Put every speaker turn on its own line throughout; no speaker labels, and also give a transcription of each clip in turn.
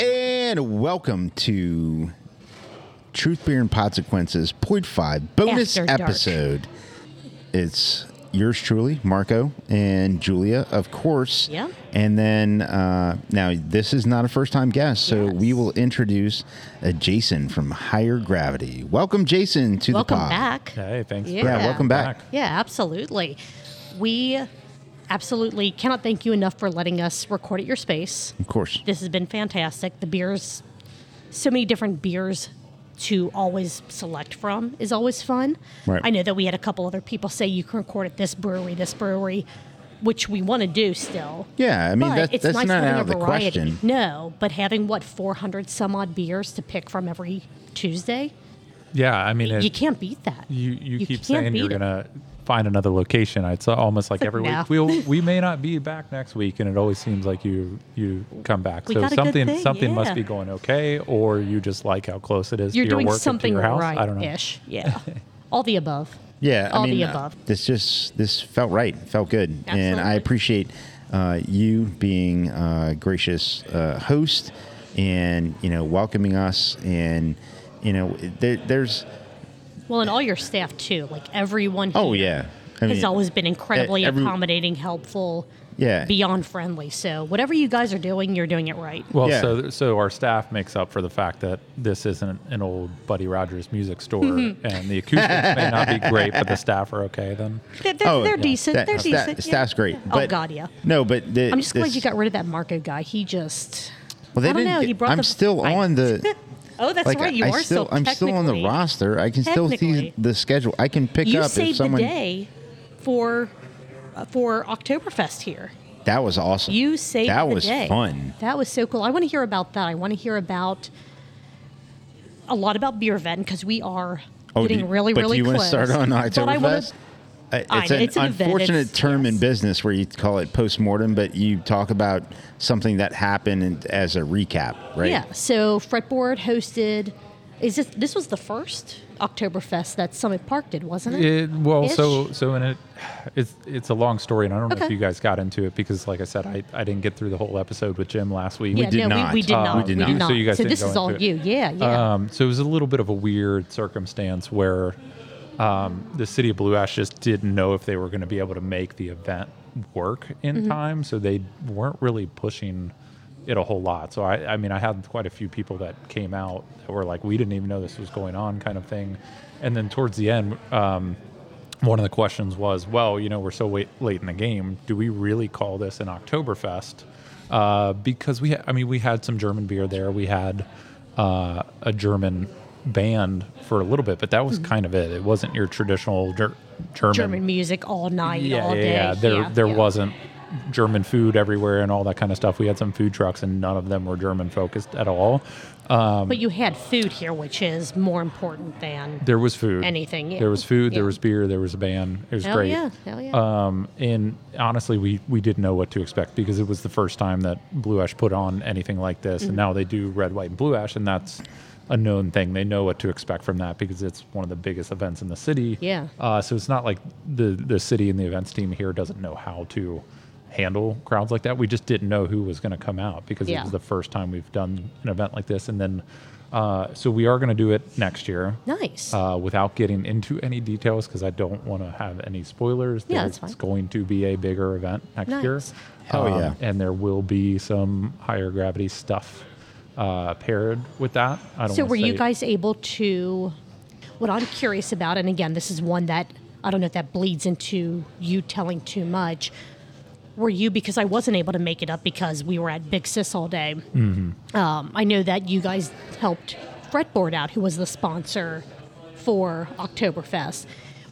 And welcome to Truth, Beer, and Consequences, point five bonus
After dark.
episode. It's yours truly, Marco and Julia, of course.
Yeah.
And then uh, now this is not a first time guest, so
Yes.
we will introduce uh, Jason from Higher Gravity. Welcome, Jason, to
Welcome
the pod.
back.
Hey, thanks. for
Yeah.
Yeah,
having
welcome
me
back.
Yeah, absolutely. We absolutely cannot thank you enough for letting us record at your space.
Of course.
This has been fantastic. The beers, so many different beers to always select from is always fun.
Right.
I know that we had a couple other people say you can record at this brewery, this brewery, which we want to do still.
Yeah, I mean,
but
that,
it's
that's
nice
not
having
out
a
of the
variety.
question.
No, but having what 400 some odd beers to pick from every Tuesday,
Yeah, I mean, it,
you can't beat that.
you,
you
you, keep
can't
saying you're
beat it.
going to find another location. It's almost like
like,
every
no.
week we'll, we may not be back next week, and it always seems like you you come back.
We
so
got a good
something
thing,
something must
yeah.
be going okay, or you just like how close it is
you're
to your
doing
work and
something
to your house.
right
I don't know.
ish. Yeah. All the above.
Yeah,
All
I
the
mean, uh,
above.
This just this felt right, felt good, and I
Absolutely.
appreciate uh, you being a gracious uh, host and you know welcoming us and you know there, there's
Well, and all your staff too. Like everyone
oh
here
yeah, I
has always been incredibly
e- every-
accommodating, helpful,
yeah
beyond friendly. So whatever you guys are doing, you're doing it right.
Well,
Yeah.
so so our staff makes up for the fact that this isn't an old Buddy Rogers music store, and the acoustics may not be great, but the staff are okay then.
They're, they're,
Oh,
they're
yeah.
decent.
That-
they're
that-
decent. yeah.
Staff's great.
Yeah.
But
oh God, yeah.
No, but the,
I'm just glad
this-
you got rid of that Marco guy. He just.
Well, they
I don't
didn't
know.
get-
You brought.
I'm
the,
still
I-
on the.
Oh, that's
Like
right. You
I
are
still, I'm still on the
technically-
roster. I can still see
technically-
the schedule. I can pick
You
up if
saved
someone.
the day for uh, for Oktoberfest here.
That was awesome.
You saved
that
the
was
day.
fun.
That was so cool. I want to hear about that. I want to hear about a lot about beer event because we are getting
Oh, do you-
really,
but
really
do you
close.
want to start on
But I wanna-
Oktoberfest? I-
I
It's
know,
an
it's an event,
unfortunate
it's-
term in
yes.
business where you call it postmortem, but you talk about something that happened and- as a recap, right?
Yeah. So Fretboard hosted. Is this this was the first Oktoberfest that Summit Park did, wasn't it?
It, well,
Ish.
so so and it, it's it's a long story, and I don't know if
Okay.
you guys got into it because, like I said, I, I didn't get through the whole episode with Jim last week.
yeah,
did
no,
not.
We, we did
Uh,
not.
we did not.
So you guys didn't
this
go
is all
into it.
you. Yeah, yeah.
Um, so it was a little bit of a weird circumstance where um, the city of Blue Ash just didn't know if they were going to be able to make the event work in
Mm-hmm.
time, so they weren't really pushing it a whole lot. So I, I mean, I had quite a few people that came out that were like, "We didn't even know this was going on," kind of thing. And then towards the end, um, one of the questions was, well, you know, we're so wait, late in the game. Do we really call this an Oktoberfest? Uh, because we, ha- I mean, we had some German beer there. We had uh, a German band for a little bit, but that was kind of it. It wasn't your traditional ger- German,
Mm-hmm. German music all night,
yeah,
all
yeah,
day.
yeah. There,
yeah,
there
yeah.
wasn't German food everywhere and all that kind of stuff. We had some food trucks, and none of them were German focused at all. Um,
But you had food here, which is more important than
There was food.
Anything, yeah.
There was food. There
Yeah.
was beer. There was a band. It was
hell
great.
yeah, hell yeah.
Um, and honestly, we, we didn't know what to expect because it was the first time that Blue Ash put on anything like this.
Mm-hmm.
And now they do Red, White, and Blue Ash, and that's a known thing. They know what to expect from that because it's one of the biggest events in the city.
Yeah.
Uh, so it's not like the, the city and the events team here doesn't know how to handle crowds like that. We just didn't know who was going to come out because
Yeah.
it was the first time we've done an event like this. And then, uh, so we are going to do it next year
nice.
uh, without getting into any details because I don't want to have any spoilers.
Yeah,
there-
that's fine.
It's going to be a bigger event next year. Um,
Nice.
Hell yeah.
And there will be some higher gravity stuff uh, paired with that. I don't
So
wanna
were you
say-
guys able to what I'm curious about and again this is one that I don't know if that bleeds into you telling too much. Were you because I wasn't able to make it up because we were at Big Sis all day.
Mm-hmm.
Um, I know that you guys helped Fretboard out, who was the sponsor for Oktoberfest.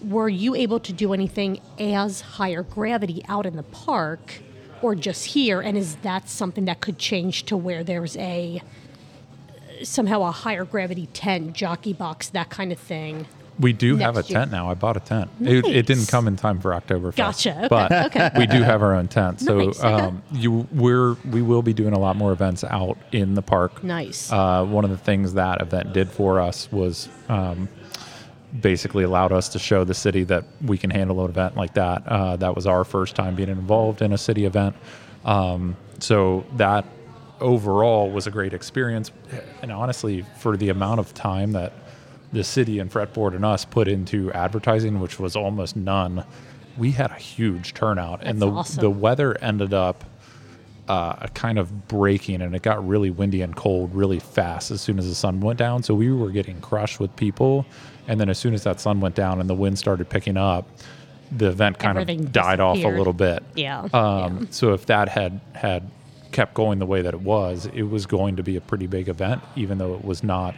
Were you able to do anything as higher gravity out in the park or just here? And is that something that could change to where there's a somehow a higher gravity tent, jockey box, that kind of thing?
We do have a
next year?
tent now. I bought a tent. It, it didn't
Nice.
come in time for Oktoberfest.
Gotcha. Okay,
But
okay.
we do have our own tent. So
Nice, okay.
um, you we're we will be doing a lot more events out in the park.
Nice.
Uh, one of the things that event did for us was um, basically allowed us to show the city that we can handle an event like that. Uh, that was our first time being involved in a city event. Um, so that overall was a great experience. And honestly, for the amount of time that the city and fretboard and us put into advertising, which was almost none, we had a huge turnout. and the
That's awesome.
the weather ended up uh, kind of breaking, and it got really windy and cold really fast as soon as the sun went down. So we were getting crushed with people. And then as soon as that sun went down and the wind started picking up, the event kind
Everything
of died off a
disappeared.
little bit.
Yeah.
Um, So if that had had kept going the way that it was, it was going to be a pretty big event, even though it was not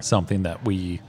something that we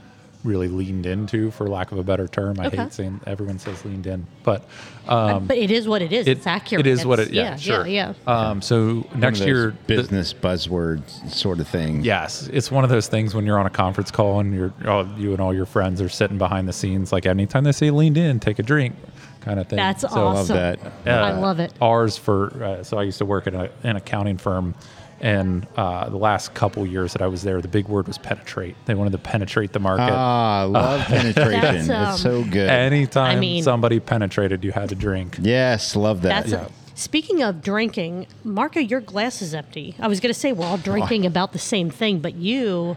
really leaned into, for lack of a better term. I
Okay.
hate saying everyone says leaned in, but
but it is what it is.
it-
it's accurate.
It is what it.
It's-
Yeah, sure.
yeah, yeah.
Um, so
One of
next
those
year, the-
business buzzword sort of thing.
Yes, it's one of those things when you're on a conference call and you're all, you and all your friends are sitting behind the scenes. Like anytime they say "leaned in," take a drink, kind of thing.
That's
So,
I love
awesome.
that.
I
uh,
love it.
Ours for uh, so I used to work in a, an accounting firm, and uh, the last couple years that I was there, the big word was penetrate. They wanted to penetrate the market.
Ah, I
Uh,
love penetration.
That's, um,
it's so good.
Anytime
I mean-
somebody penetrated, you had to drink.
yes, love that.
That's speaking of drinking, Marco, your glass is empty. I was going to say we're all drinking about the same thing, but you,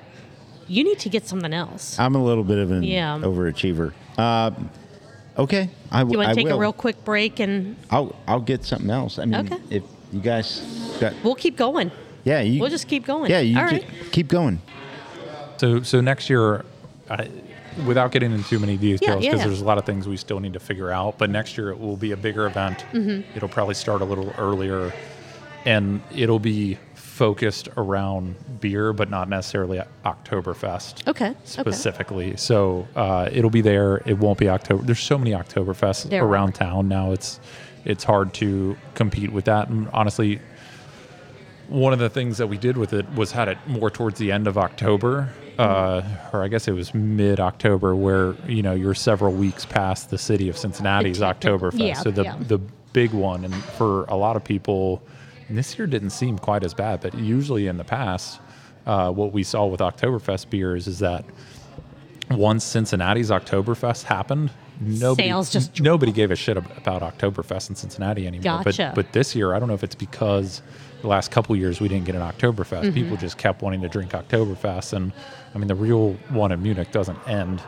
you need to get something else.
I'm a little bit of an
Yeah.
overachiever. Um, okay, I, w-
you want
I
to take
will.
a real quick break and
I'll I'll get something else. I mean,
Okay.
if you guys got
we'll keep going.
yeah, you,
We'll just keep going.
Yeah, you
All
ju-
right.
keep going.
So, so next year, I, without getting into too many details, because
yeah, yeah.
there's a lot of things we still need to figure out. But next year, it will be a bigger event.
Mm-hmm.
It'll probably start a little earlier, and it'll be focused around beer, but not necessarily Oktoberfest
Okay. Okay.
specifically. So uh, it'll be there. It won't be October. There's so many Oktoberfests
There
around
are.
town now. It's it's hard to compete with that. And honestly, one of the things that we did with it was had it more towards the end of October, uh,
Mm-hmm.
or I guess it was mid October, where you know you're several weeks past the city of Cincinnati's Oktoberfest.
yeah,
so the
yeah.
the big one, and for a lot of people, and this year didn't seem quite as bad. But usually in the past, uh, what we saw with Oktoberfest beers is that once Cincinnati's Oktoberfest happened, nobody
Sales just-
nobody gave a shit ab- about Oktoberfest in Cincinnati anymore.
Gotcha.
But but this year, I don't know if it's because the last couple years we didn't get an Oktoberfest.
Mm-hmm.
People just kept wanting to drink Oktoberfest, and I mean the real one in Munich doesn't end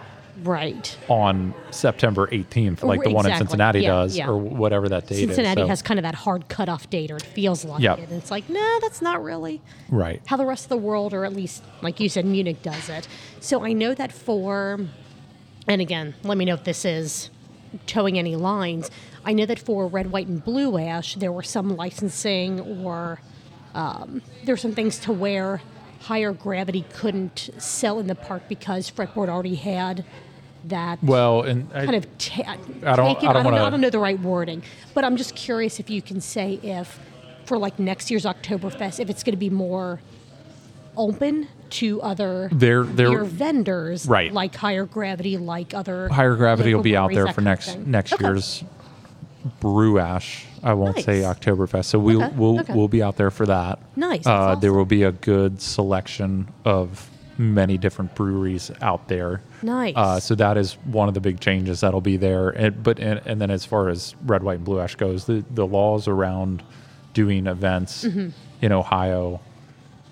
Right.
on September 18th, like the one in
Exactly.
Cincinnati
Yeah,
does,
yeah.
or whatever that date
Cincinnati
is. So-
has kind of that hard cutoff date, or it feels like
Yeah.
it. And it's like, no, that's not really
right.
how the rest of the world, or at least, like you said, Munich does it. So I know that for, and again, let me know if this is towing any lines. I know that for red, white, and blue ash, there were some licensing or um, there were some things to where higher gravity couldn't sell in the park because fretboard already had that
Well, and I,
kind of ta-
I don't-
take it-
I don't
know-
wanna-
I don't know the right wording, but I'm just curious if you can say if for like next year's Oktoberfest, if it's going to be more open to other
They're- they're-
beer vendors,
Right.
Like higher gravity, like other
higher gravity will
local
be out
breweries,
there
that
for
kind of
next
thing.
next
Okay.
year's brew ash. I won't say
Nice.
Oktoberfest, so we'll
Okay,
we'll
okay.
we'll be out there for that.
Nice, that's
Uh, There
awesome.
will be a good selection of many different breweries out there.
Nice.
Uh, so that is one of the big changes that'll be there. And, but and, and then as far as red, white, and blue ash goes, the the laws around doing events
Mm-hmm.
in Ohio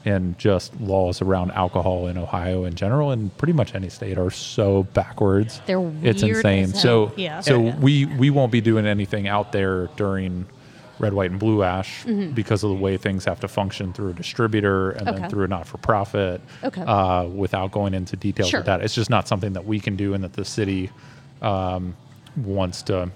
and just laws around alcohol in Ohio in general and pretty much any state are so backwards.
They're
it's
weird
insane.
as
So
hell. Yeah.
so
Yeah.
we we won't be doing anything out there during red, white, and blue ash because of the way things have to function through a distributor and
Mm-hmm. Okay.
then through a not for profit.
Okay.
Uh, without going into details
Sure.
of that. It's just not something that we can do and that the city um, wants to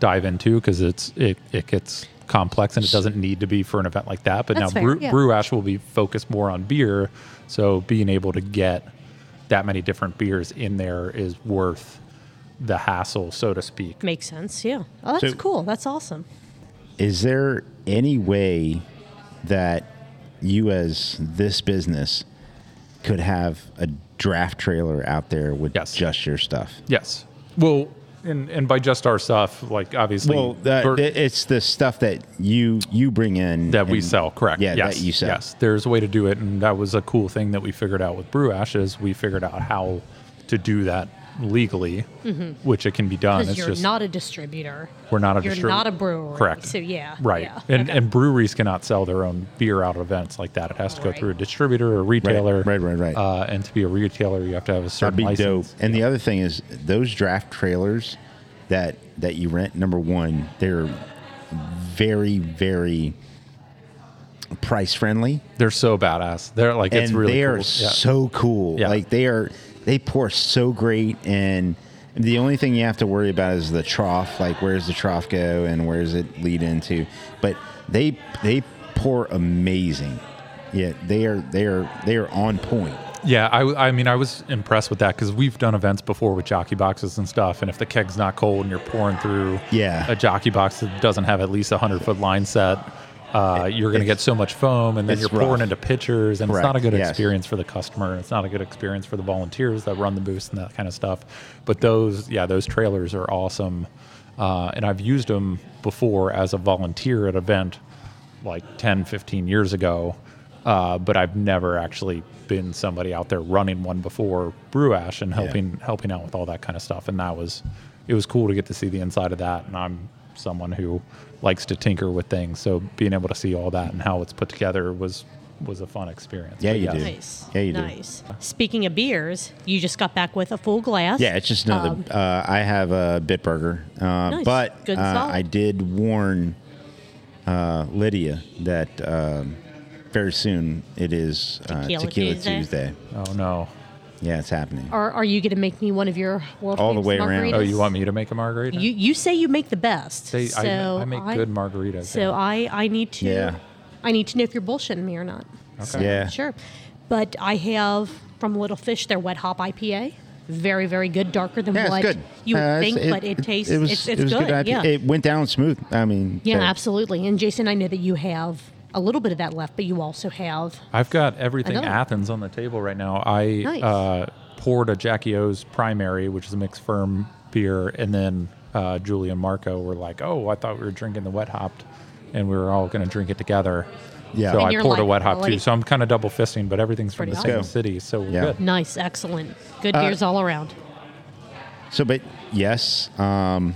dive into because it's it, it gets complex and it doesn't need to be for an event like that. But
That's
now
fair,
brew,
yeah.
brew ash will be focused more on beer, so being able to get that many different beers in there is worth the hassle, so to speak.
Makes sense. Yeah. Oh, that's
So-
cool. That's awesome.
Is there any way that you, as this business, could have a draft trailer out there with
Yes.
just your stuff?
Yes. Well, and and by just our stuff, like obviously,
Well, that,
Bert-
it's the stuff that you you bring in
that we
and-
sell correct
Yeah,
yes
that you sell.
yes there's a way to do it and that was a cool thing that we figured out with brew ash is we figured out how to do that legally, which it can be
Mm-hmm.
done.
Because
Uh, It's
you're
just
not a distributor.
we're not a
You're
distributor.
not a brewery.
Correct.
So yeah.
Right.
yeah,
And,
okay.
and breweries cannot sell their own beer out at events like that. It has to go
Right.
through a distributor or
Right,
retailer.
right, right, right.
Uh, and to be a retailer, you have to have a
That'd
certain
be dope.
license.
And the other thing is those draft trailers that that you rent. Number one, they're very very price friendly,
They're so badass. They're like, it's
and
really
they
cool.
are
Yeah.
so cool.
Yeah.
Like they are, they pour so great. And the only thing you have to worry about is the trough. Like where's the trough go and where does it lead into? But they they pour amazing. Yeah, they are they are they are on point.
Yeah, I, I mean, I was impressed with that because we've done events before with jockey boxes and stuff. And if the keg's not cold and you're pouring through
Yeah.
a jockey box that doesn't have at least a 100 foot line set, uh, you're going to get so much foam and then
it's
you're pouring
rough.
into pitchers. And it's not a
Correct,
good
yes.
experience for the customer. It's not a good experience for the volunteers that run the booths and that kind of stuff. But those, yeah, those trailers are awesome. Uh, and I've used them before as a volunteer at event like 10, 15 years ago, uh, but I've never actually been somebody out there running one before Brew Ash and helping helping out with all that kind of stuff. And that was it was cool to get to see the inside of that. And I'm someone who likes to tinker with things, so being able to see all that and how it's put together was was a fun experience.
Yeah,
But
you do.
nice.
Yeah, you do.
nice. Speaking of beers, you just got back with a full glass.
Yeah, it's just another.
Um,
uh, I have a Bitburger, uh,
Nice.
but
Good
uh,
salt.
I did warn uh, Lydia that um, very soon it is uh, Tequila,
Tequila
Tuesday.
Tuesday.
Oh no!
Yeah, it's happening.
Are Are you going to make me one of your world
All the
famous
way around.
margaritas?
Oh, you want me to make a margarita?
You you say you make the best.
They-
so
I, I make good margaritas.
So I I need to.
Yeah.
I need to know if you're bullshitting me or not. So,
Yeah.
Sure. But I have from Little Fish their Wet Hop IPA. Very very good. Darker than
Yeah, it's
what
good.
you would
Uh, it's-
think, but it tastes.
It was,
it's,
it
it's
was
good.
IPA.
yeah.
It went down smooth. I mean,
yeah.
so-
Absolutely. And Jason, I know that you have a little bit of that left, but you also have
I've got everything
Another.
Athens on the table right now. I
Nice.
uh, poured a Jackie O's primary, which is a mixed firm beer, and then uh, Julie and Marco were like, "Oh, I thought we were drinking the wet hopped, and we were all going to drink it together."
Yeah.
So
And
I
you're
poured a
like,
wet hop
"Already."
too. So I'm kind of double fisting, but everything's from
Pretty
the
awesome.
same city, so we're
Yeah.
good.
nice, excellent,
Uh,
good beers all around.
So, but yes. Um,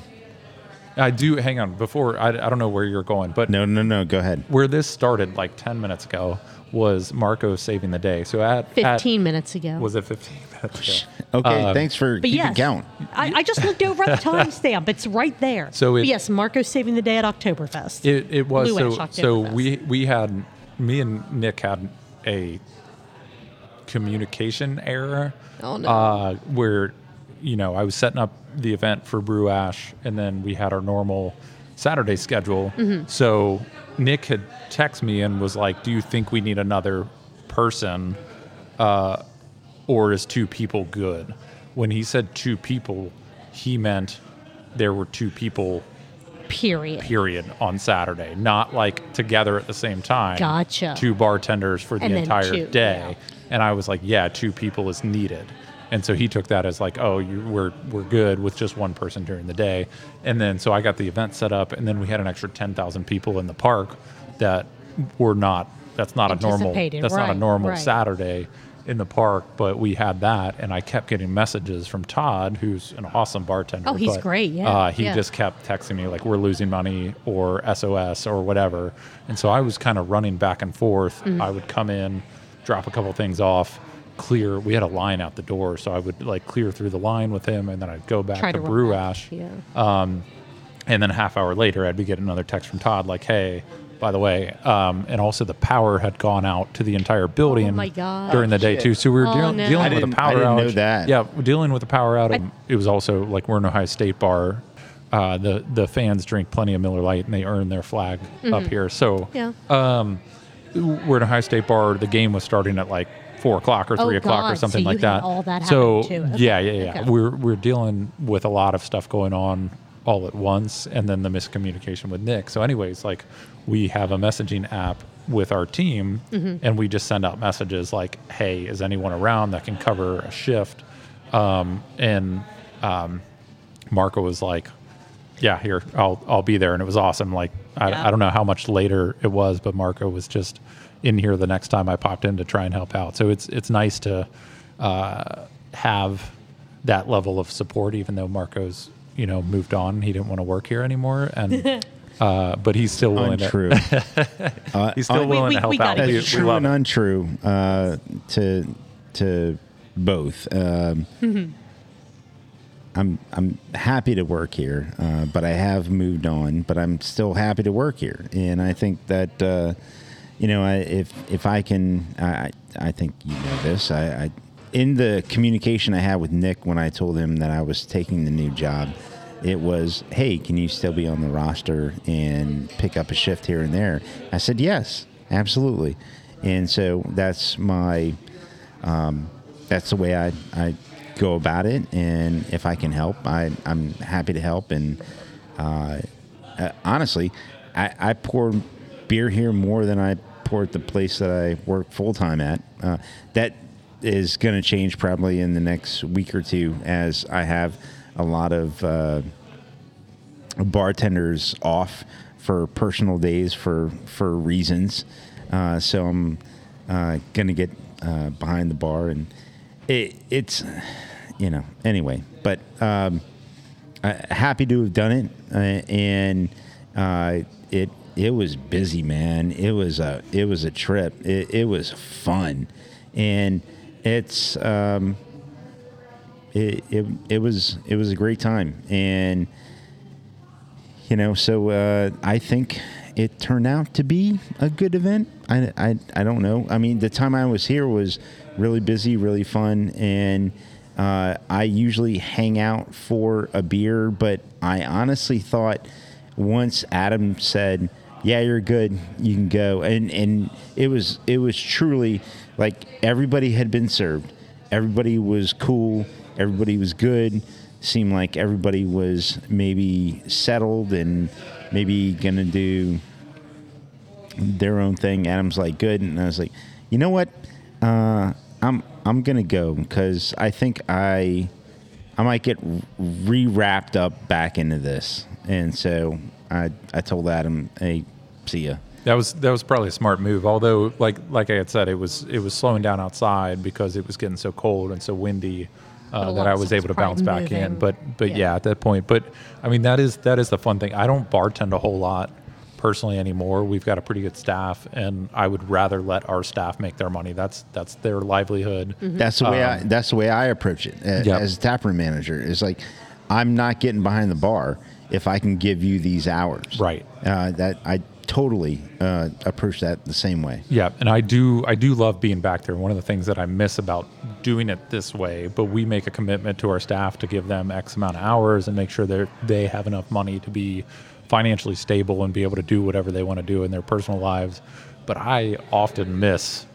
I do. Hang on, before I, I don't know where you're going, but
no, no, no. Go ahead.
where this started like 10 minutes ago was Marco saving the day. So at at-
Fifteen Oh, minutes ago.
was it 15 minutes ago?
Okay. thanks for
But
keeping
yes,
count.
I, I just looked over at the timestamp. It's right there.
So it-
But yes, Marco's saving the day at Oktoberfest.
It, it was
Blue Ash
so.
Octoberfest.
So we we had me and Nick had a communication error.
Oh, no.
Uh, where you know I was setting up the event for Brew Ash, and then we had our normal Saturday schedule. So Nick had texted me and was like, "Do you think we need another person, uh, or is two people good?" When he said two people, he meant there were two people
period.
period on Saturday, not like together at the same time.
Gotcha.
Two bartenders for the
And then
entire
two,
day.
yeah.
And I was like, yeah, two people is needed. And so he took that as like, oh, you, we're we're good with just one person during the day. And then so I got the event set up, and then we had an extra ten thousand people in the park that were not. That's not a normal.
Anticipated,
That's not
right,
a normal
right.
Saturday in the park. But we had that, and I kept getting messages from Todd, who's an awesome bartender.
Oh, he's
but,
great, yeah,
uh, he
yeah.
just kept texting me like we're losing money or SOS or whatever. And so I was kind of running back and forth.
Mm-hmm.
I would come in, drop a couple things off, clear. We had a line out the door, so I would like clear through the line with him, and then I'd go back
Try
to,
to run
Brew
back,
Ash.
Yeah.
And then a half hour later, I'd be getting another text from Todd like, "Hey, by the way," um, and also the power had gone out to the entire building
Oh my God.
during the day too. So we were
Oh,
dealing,
no.
dealing
I
with a
didn't-
power
I didn't know
outage.
that.
Yeah, we're dealing with a power outage. it was also like we're an Ohio State bar. Uh, the the fans drink plenty of Miller Lite and they earn their flag up here. So
Mm-hmm. yeah.
we're in a high state bar. The game was starting at like four o'clock or
Oh,
three o'clock
God.
or
So
something
you
like
had
that.
all that
so
happen too. Okay.
yeah, yeah, yeah.
Okay.
We're we're dealing with a lot of stuff going on all at once, and then the miscommunication with Nick. So, anyways, like we have a messaging app with our team,
Mm-hmm.
and we just send out messages like, "Hey, is anyone around that can cover a shift?" Um, and um, Marco was like, "Yeah, here, I'll I'll be there," and it was awesome. Like I,
Yeah.
I don't know how much later it was, but Marco was just in here the next time I popped in to try and help out. So it's it's nice to uh, have that level of support, even though Marco's you know moved on, he didn't want to work here anymore, and uh, but he's still willing to
Untrue. Uh,
he's still
un-
willing
we-
to help
we
out.
gotta
We-
That's
we
true
love
and
it.
untrue uh, to to both. Um,
Mm-hmm.
I'm I'm happy to work here, uh, but I have moved on. But I'm still happy to work here, and I think that uh, you know I, if if I can, I I I think you know this. I, I in the communication I had with Nick when I told him that I was taking the new job. It was, hey, can you still be on the roster and pick up a shift here and there? I said, yes, absolutely. And so that's my um, that's the way I, I go about it. And if I can help, I, I'm happy to help. And uh, uh, honestly, I, I pour beer here more than I pour at the place that I work full time at. Uh, that is going to change probably in the next week or two as I have a lot of. Uh, bartenders off for personal days for for reasons. Uh, so I'm uh, gonna get uh, behind the bar, and it, it's you know anyway. But um, I, happy to have done it, uh, and uh, it it was busy, man. It was a it was a trip. It, it was fun, and it's. Um, it, it, it was it was a great time and you know so uh, i think it turned out to be a good event I, I, I don't know i mean the time i was here was really busy really fun and uh, i usually hang out for a beer but i honestly thought once adam said yeah you're good you can go and and it was it was truly like everybody had been served everybody was cool everybody was good seemed like everybody was maybe settled and maybe gonna do their own thing adam's like good and i was like you know what uh, i'm i'm gonna go because i think i i might get re-wrapped up back into this and so i i told adam hey see ya
That was that was probably a smart move. Although, like like I had said, it was it was slowing down outside because it was getting so cold and so windy
a
uh,
lot
that I
of
was
stuff's
able to bounce
probably
back
moving.
in. But but
Yeah.
yeah. at that point. But I mean, that is that is the fun thing. I don't bartend a whole lot personally anymore. We've got a pretty good staff, and I would rather let our staff make their money. That's that's their livelihood.
Mm-hmm.
Mm-hmm. That's the way I. That's the way I approach it a-
Um, Yep.
as a taproom manager. Is like, I'm not getting behind the bar if I can give you these hours.
Right.
Uh, that I totally uh, approach that the same way.
Yeah, and I do I do love being back there. One of the things that I miss about doing it this way, but we make a commitment to our staff to give them X amount of hours and make sure that they have enough money to be financially stable and be able to do whatever they want to do in their personal lives. But I often miss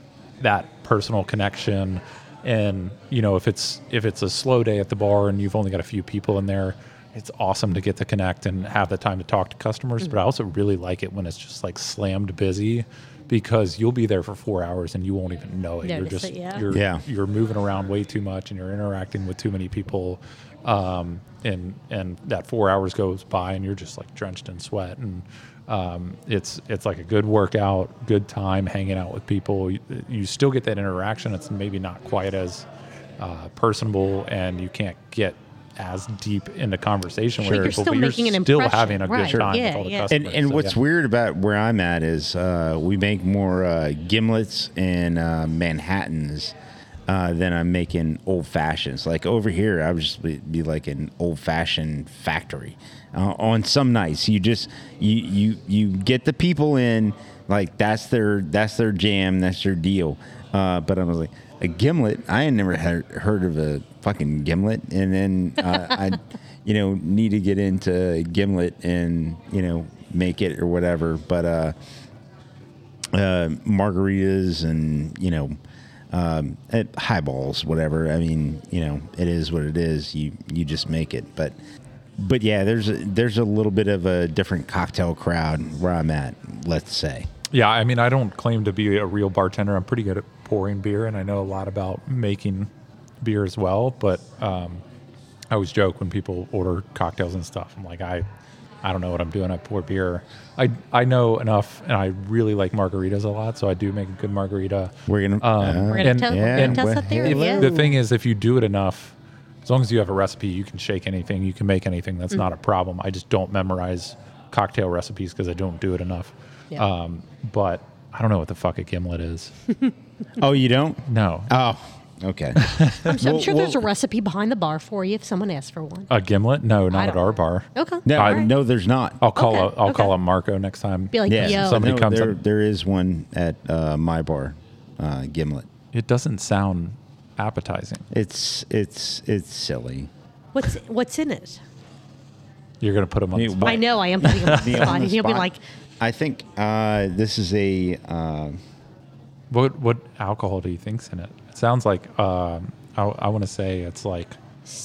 that personal connection and you know if it's if it's a slow day at the bar and you've only got a few people in there it's awesome to get to connect and have the time to talk to customers
Mm-hmm.
but i also really like it when it's just like slammed busy because you'll be there for four hours and you won't even know it you're
Notice
just
it, yeah.
You're,
Yeah.
you're moving around way too much and you're interacting with too many people um, and and that four hours goes by and you're just like drenched in sweat and um, it's it's like a good workout good time hanging out with people you, you still get that interaction it's maybe not quite as uh, personable and you can't get as deep into conversation
But
with
you're
people
still
but you're
making an
still
impression,
having a good
right.
time
Yeah,
with all the
yeah.
customers
And and
So,
what's
yeah.
weird about where I'm at is uh, we make more uh, gimlets and uh, Manhattans. Uh, than I'm making old fashions. Like over here, I would just be, be like an old fashioned factory. Uh, on some nights, you just you you you get the people in. Like that's their that's their jam. That's their deal. Uh, but I was like a gimlet. I had never heard, heard of a fucking gimlet, and then uh, I you know, need to get into Gimlet and you know make it or whatever. But uh, uh, margaritas and you know um, eh, highballs, whatever. I mean, you know, it is what it is. You you just make it. But but yeah, there's a, there's a little bit of a different cocktail crowd where I'm at. Let's say.
Yeah, I mean, I don't claim to be a real bartender. I'm pretty good at pouring beer, and I know a lot about making beer as well. But um, I always joke when people order cocktails and stuff. I'm like, I, I don't know what I'm doing. I pour beer. I I know enough, and I really like margaritas a lot, so I do make a good margarita.
We're gonna,
Um,
uh,
We're gonna
And-
tell, we're
yeah,
gonna test
well,
that there.
hey,
If-
Yeah.
The thing is, if you do it enough, as long as you have a recipe, you can shake anything, you can make anything.
Mm.
That's not a problem. I just don't memorize cocktail recipes because I don't do it enough.
Yeah.
Um, but I don't know what the fuck a gimlet is.
Oh, you don't?
No,
Oh, okay.
I'm, su- I'm
Well,
sure there's a
well-
recipe behind the bar for you if someone asks for one.
a gimlet? No,
I
not at
don't-
our bar.
Okay.
No,
All right.
no, there's not.
I'll call
Okay,
a, I'll call
okay.
a Marco next time.
Be like,
yeah,
yo.
Oh, somebody
no,
comes
there,
up-
there is one at uh, my bar, uh, Gimlet.
it doesn't sound appetizing.
It's it's it's silly.
What's what's in it?
You're gonna put them on. the
Yeah,
spot.
I know I am putting him on the spot.
On the
and He'll be
spot.
like,
I think uh, this is a uh,
What what alcohol do you think's in it? It sounds like um, I, I want to say it's like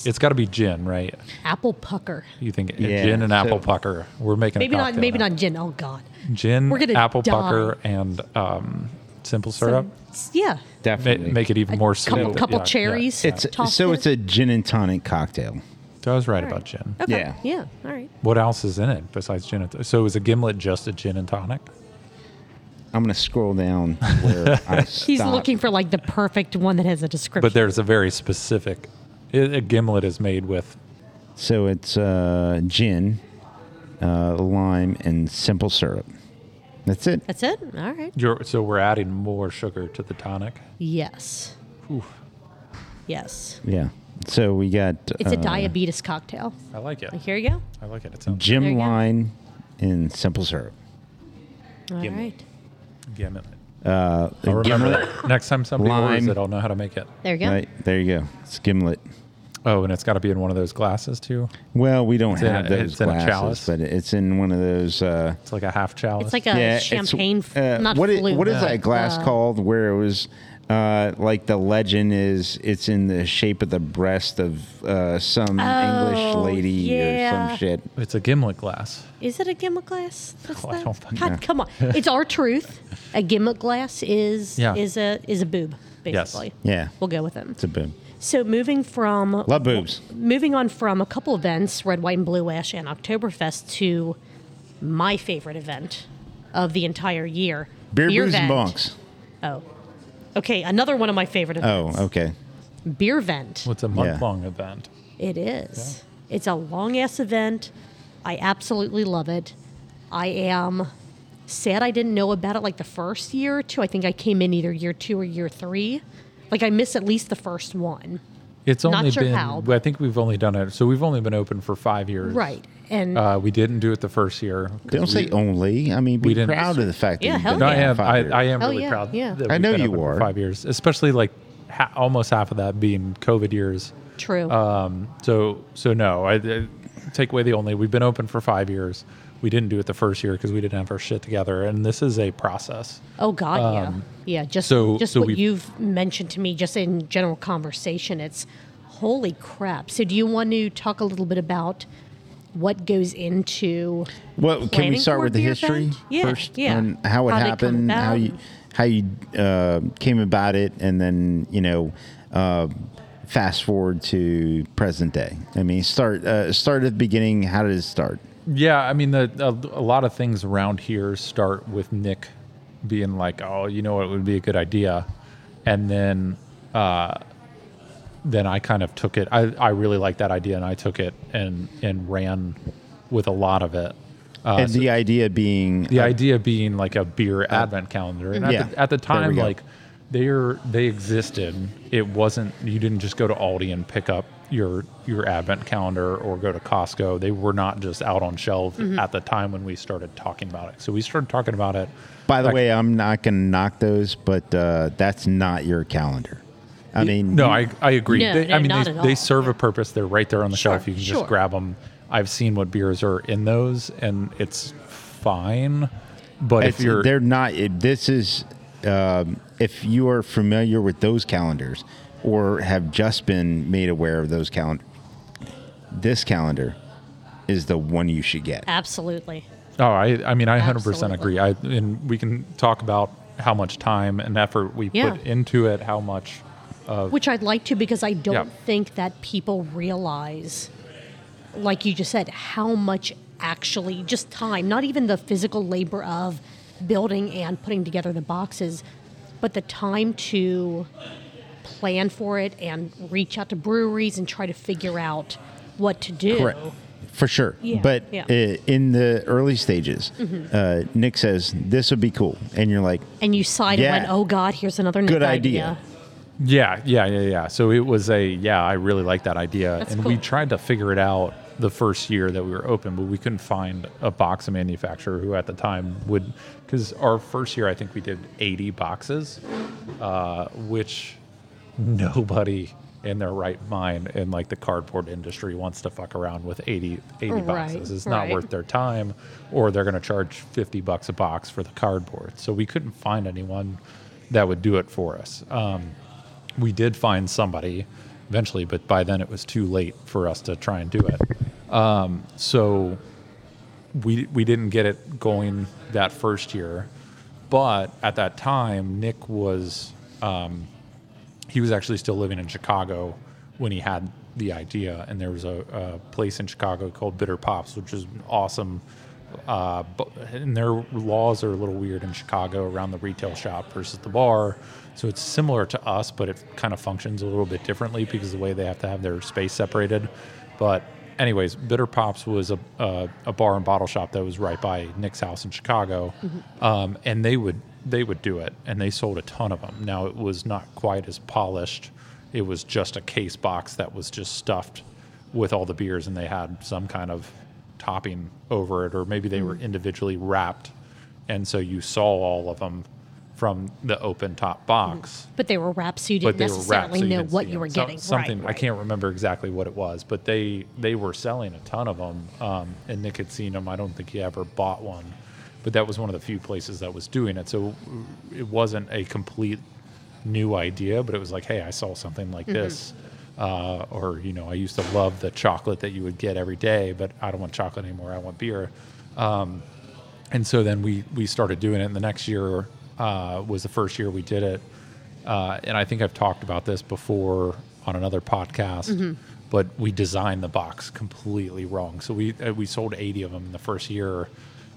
it's got to be gin, right?
apple pucker.
You think
Yeah,
gin and apple
so-
pucker? We're making
Maybe
a
not.
cocktail
Maybe
now.
not gin. Oh God.
gin,
We're gonna
apple
die.
pucker, and um, simple syrup.
Some- yeah.
Ma-
definitely
make it even more sweet.
Couple, couple
Yeah, yeah.
cherries.
It's
tossed
so
in
it's
it.
a gin and tonic cocktail.
So I was right about gin.
Okay.
yeah.
Yeah. All right.
What else is in it besides gin? And so is a gimlet just a gin and tonic?
I'm gonna scroll down where I stop.
He's looking for like the perfect one that has a description.
But there's a very specific. i a gimlet is made with
So it's uh, gin, uh, lime, and simple syrup. That's it.
That's it. All right.
your. So we're adding more sugar to the tonic.
Yes. Yes.
Yeah. So we got
It's a
uh,
diabetes cocktail.
I like it.
Like, here you go.
I like it. It sounds
There you
gin
go.
lime and simple syrup.
All right.
Gimlet.
gimlet.
Uh,
I'll remember
gimlet.
that. Next time somebody orders
Lime.
it, I'll know how to make it.
There you go.
Right there, you go. It's gimlet.
Oh, and it's got to be in one of those glasses too.
Well, we don't
in a-
have those
it's in a chalice.
glasses, but it's in one of those. Uh,
It's like a half chalice.
It's like a
yeah, it's-
Uh, champagne. f-
uh,
not
what i-
flute,
what is
but,
that glass
uh,
called? Where it was uh, like the legend is it's in the shape of the breast of uh, some English
Oh,
lady or
yeah.
some shit.
it's a gimlet glass.
Is it a gimlet glass? That's
Oh, I
that?
don't fucking
God,
know.
come on. It's our truth. A gimlet glass is
Yeah.
is a is a boob
Yes.
basically.
Yeah,
We'll go with them.
it's a boom.
So moving from
Love boobs.
moving on from a couple events, Red, White, and Blue Ash and Oktoberfest, to my favorite event of the entire year.
Beer, booze,
Vend.
and bonks.
Oh. Okay, another one of my favorite events.
Oh, okay.
Beer Vent.
Well, it's a month long event.
It is. It's a long ass event. I absolutely love it. I am sad I didn't know about it like the first year or two. I think I came in either year two or year three. Like I missed at least the first one.
It's
Not
only
sure
been.
how, but-
I think we've only done it. So we've only been open for five years.
Right. And
Uh, we didn't do it the first year. 'cause
Don't say
we-
only. I mean, be
didn't-
proud of the fact
Yeah,
that
hell
you've
No,
been
I
yeah.
there
am.
five
I,
years.
I am
Oh,
really
yeah,
proud.
yeah.
that
I
we've
know
been
you
open for
are.
Five years, especially like ha- almost half of that being COVID years.
true.
Um, so so no, I, I take away the only. We've been open for five years. We didn't do it the first year because we didn't have our shit together, and this is a process.
oh God,
um,
yeah. Yeah. Just
so-
just
so
what
we've-
you've mentioned to me just in general conversation. It's holy crap. So do you want to talk a little bit about what goes into
Well, can we
planning
start
for
with the
beer
history
event? Yeah,
first?
yeah.
And how it
How they come
happened, how
about
you
and-
how you uh, came about it, and then you know, uh, fast forward to present day. I mean, start uh, start at the beginning. How did it start?
Yeah, I mean, the, a, a lot of things around here start with Nick being like, "Oh, you know what would be a good idea," and then, uh, then I kind of took it. I, I really liked that idea, and I took it and and ran with a lot of it. Uh,
and the idea being, uh,
the idea being like a beer advent calendar. And at,
Yeah.
the, at the
There we
time,
go.
like they're they existed. It wasn't you didn't just go to Aldi and pick up your your advent calendar or go to Costco. They were not just out on shelf
Mm-hmm.
at the time when we started talking about it. So we started talking about it.
by the
like-
way, I'm not going to knock those, but uh, that's not your calendar. I mean,
No,
you-
I, I agree.
No,
they,
no,
I mean,
not
they,
at
they
all.
serve a purpose. They're right there on the
Sure,
shelf. You can
sure.
just grab them. I've seen what beers are in those, and it's fine. But if
It's-
you're
they're not it- this is um, if you are familiar with those calendars or have just been made aware of those calendar this calendar is the one you should get
absolutely.
Oh, I, I mean, I 100%
Absolutely.
agree. I, and we can talk about how much time and effort we
Yeah.
put into it, how much.
which I'd like to because I don't
Yeah.
think that people realize, like you just said, how much actually just time, not even the physical labor of building and putting together the boxes, but the time to plan for it and reach out to breweries and try to figure out what to do.
Correct. For sure.
Yeah,
but
yeah. Mm-hmm.
Uh, in the early stages, uh, Nick says, this would be cool. And you're like,
And you sighed
Yeah.
and went, oh God, here's another
Good
Nick
idea.
Yeah, yeah, yeah, yeah. So it was a yeah, I really like that idea.
That's
and we
cool.
tried to figure it out the first year that we were open, but we couldn't find a box manufacturer who at the time would cuz our first year I think we did 80 boxes uh, which nobody in their right mind in like the cardboard industry wants to fuck around with 80 80
Right,
boxes. It's not
right.
worth their time or they're going to charge 50 bucks a box for the cardboard. So we couldn't find anyone that would do it for us. Um, we did find somebody eventually, but by then it was too late for us to try and do it. Um, so we we didn't get it going that first year, but at that time Nick was he was actually still living in Chicago when he had the idea, and there was a, a place in Chicago called Bitter Pops, which is an awesome. Uh, bu- and their laws are a little weird in Chicago around the retail shop versus the bar, so it's similar to us, but it kind of functions a little bit differently because of the way they have to have their space separated. But anyways, Bitter Pops was a a, a bar and bottle shop that was right by Nick's house in Chicago, um, and they would they would do it, and they sold a ton of them. Now it was not quite as polished; it was just a case box that was just stuffed with all the beers, and they had some kind of topping over it, or maybe they were individually wrapped, and so you saw all of them from the open top box
But they were wraps, so you
but
didn't
they were wrapped,
necessarily
so
know
didn't
what
see
you
them.
were
So-
getting.
something
right,
I can't remember exactly what it was, but they they were selling a ton of them, um, and Nick had seen them. I don't think he ever bought one, but that was one of the few places that was doing it. So it wasn't a complete new idea, but it was like, hey, I saw something
Mm-hmm.
like this. Uh, or you know, I used to love the chocolate that you would get every day, but I don't want chocolate anymore. I want beer and so then we we started doing it. And the next year uh, was the first year we did it. Uh, and I think I've talked about this before on another podcast,
Mm-hmm.
but we designed the box completely wrong. So we uh, we sold eighty of them in the first year,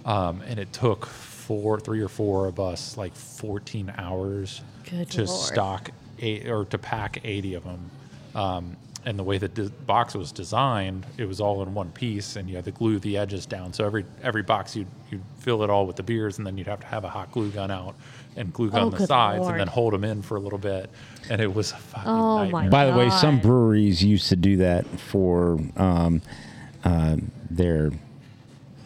um, and it took four, three or four of us like fourteen hours
Good
to
Lord.
stock eight or to pack eighty of them. Um, and the way that the box was designed, it was all in one piece, and you had to glue the edges down. So every every box you'd you'd fill it all with the beers, and then you'd have to have a hot glue gun out and glue gun
Oh,
the
good
sides,
Lord.
and then hold them in for a little bit. And it was a fucking
Oh, my
nightmare.
by the way, some
God.
breweries used to do that for um, uh, their uh,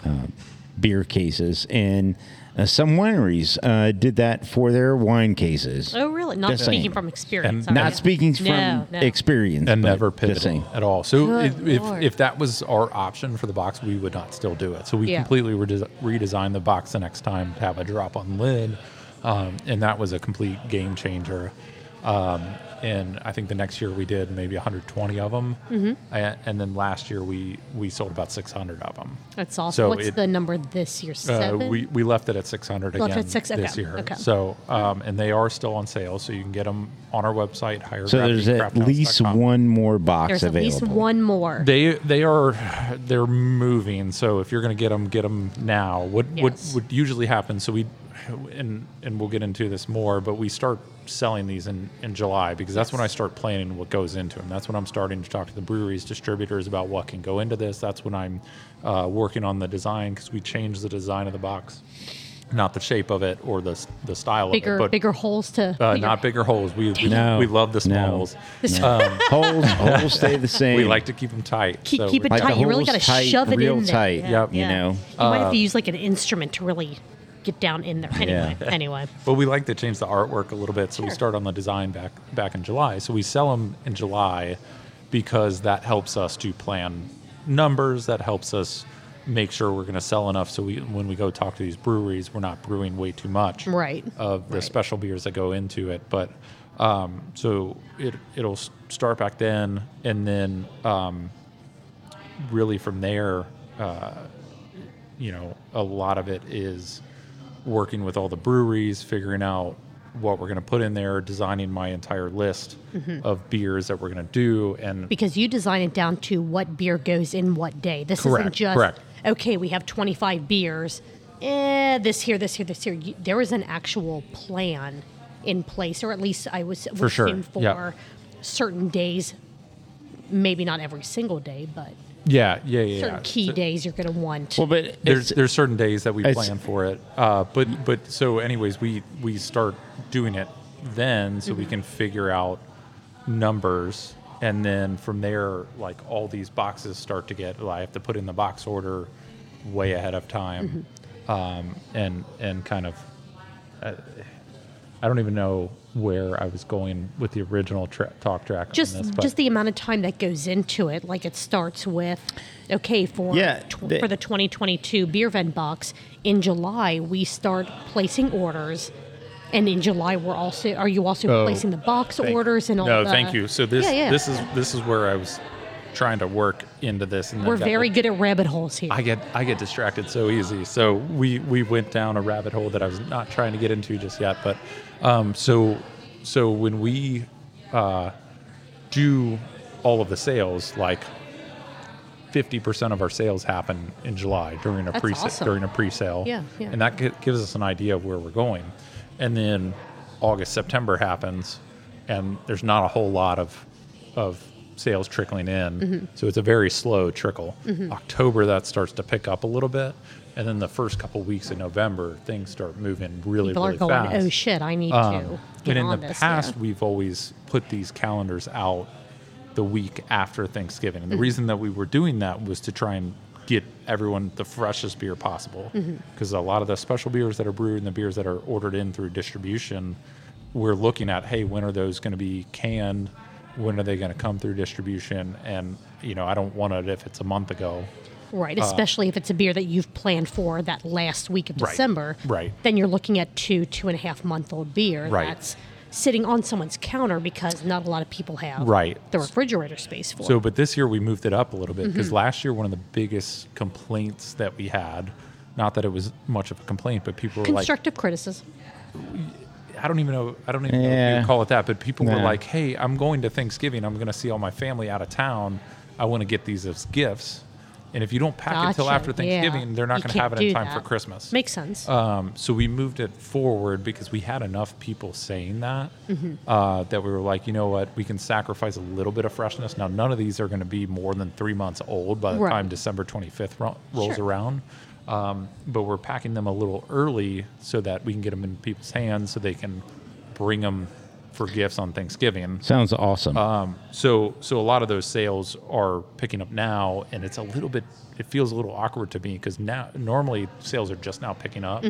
beer cases. And uh, some wineries uh, did that for their wine cases.
Oh, really? Not
Just
speaking
saying.
from experience.
And
are
Not
you?
speaking from
No, no.
experience.
and
but
never
just
pivoting
saying.
at all. So
Good
if, if
Lord.
if that was our option for the box, we would not still do it. So we
Yeah.
completely redes redesigned the box the next time to have a drop on lid, um, and that was a complete game changer. Um, and I think the next year we did maybe 120 of them,
Mm-hmm.
and, and then last year we we sold about 600 of them.
That's awesome.
So
What's
it-
the number this year?
Uh,
Seven.
we, we left it at 600
Left
again
it at six-
this
okay,
year.
okay.
So um, and they are still on sale, so you can get them on our website. Higher
So there's at least one more box
There's
available.
at least one more.
They they are they're moving. So if you're going to get them, get them now. What
Yes.
what would usually happen? So we and and we'll get into this more, but we start selling these in in July because that's when I start planning what goes into them. That's when I'm starting to talk to the breweries, distributors about what can go into this. That's when I'm uh, working on the design because we change the design of the box, not the shape of it or the s- the style
bigger,
of it, but
bigger holes to.
Uh,
bigger-
not bigger holes. We we,
No.
we love the small
No.
holes.
holes, holes stay the same.
We like to keep them tight.
Keep,
so
keep
we-
it
Like the
tight. You really
holes
got to
tight,
shove it
real
in there.
tight,
Yeah,
Yep. you
yeah.
know.
You might
Uh,
have to use like an instrument to really get down in there. Anyway, anyway.
But we like to change the artwork a little bit, so we
Sure.
start on the design back back in July. So we sell them in July because that helps us to plan numbers. That helps us make sure we're going to sell enough. So we, when we go talk to these breweries, we're not brewing way too much
Right.
of the
Right.
special beers that go into it. But um, so it it'll s- start back then, and then um, really from there, uh, you know, a lot of it is working with all the breweries, figuring out what we're going to put in there, designing my entire list
Mm-hmm.
of beers that we're going to do, and
Because you design it down to what beer goes in what day. This isn't
Correct,
just
correct.
okay. We have 25 beers. Eh, this here, this here, this here. You- There is an actual plan in place, or at least I was
For sure,
for
yeah.
certain days. Maybe not every single day, but
Yeah, yeah, yeah.
certain
yeah.
key
So
days you're going to want.
Well, but
there's
it's-
there's certain days that we
it's-
plan for it. Uh, but but so anyways, we we start doing it then, so
Mm-hmm.
we can figure out numbers, and then from there, like all these boxes start to get. Like, I have to put in the box order way ahead of time,
Mm-hmm.
um, and and kind of. Uh, I don't even know where I was going with the original tra- talk track.
just
on this, but
just the amount of time that goes into it. Like it starts with, okay, for
Yeah,
tw-
the-
for the 2022 beer vent box in July, we start placing orders, and in July we're also are you also
Oh,
placing the box
Thank-
orders and all?
no
the-
thank you so this
Yeah, yeah.
this is this is where i was trying to work into this and then
we're
got-
very good at rabbit holes here.
i get i get distracted so easy so we we went down a rabbit hole that i was not trying to get into just yet but um so so when we uh do all of the sales like 50% of our sales happen in July during a
That's
pre
awesome.
during a pre-sale.
Yeah, yeah.
And that gi- gives us an idea of where we're going. And then August, September happens, and there's not a whole lot of of sales trickling in.
Mm-hmm.
So it's a very slow trickle. October that starts to pick up a little bit, and then the first couple weeks in November things start moving really
People
really
are going,
fast.
oh shit, I need to.
Um,
Get
and in
on
the
this.
past,
yeah.
we've always put these calendars out the week after Thanksgiving. And the reason that we were doing that was to try and get everyone the freshest beer possible. Because a lot of the special beers that are brewed and the beers that are ordered in through distribution, we're looking at, hey, when are those going to be canned? When are they going to come through distribution? And, you know, I don't want it if it's a month ago. Uh,
Right, especially if it's a beer that you've planned for that last week of
Right,
December.
right.
Then you're looking at two, two and a half month old beer
Right.
that's sitting on someone's counter because not a lot of people have
Right.
the refrigerator space for.
So, but this year we moved it up a little bit because
Mm-hmm.
last year one of the biggest complaints that we had, not that it was much of a complaint, but people were like,
Constructive criticism.
I don't even know, I don't even know if
Yeah.
you would call it that, but people were
Nah.
like, hey, I'm going to Thanksgiving, I'm going to see all my family out of town, I want to get these as gifts, and if you don't pack it till
Gotcha,
after Thanksgiving,
yeah.
they're not
You
going to
can't
have it in
do
time for
that.
Christmas.
Makes sense.
Um, so we moved it forward because we had enough people saying that
Mm-hmm.
uh, that we were like, you know what, we can sacrifice a little bit of freshness. Now, none of these are going to be more than three months old by the
Right.
time December 25th ro- rolls
Sure.
around. Um, but we're packing them a little early so that we can get them in people's hands so they can bring them for gifts on Thanksgiving.
sounds awesome.
So so a lot of those sales are picking up now, and it's a little bit. It feels a little awkward to me because now normally sales are just now picking up.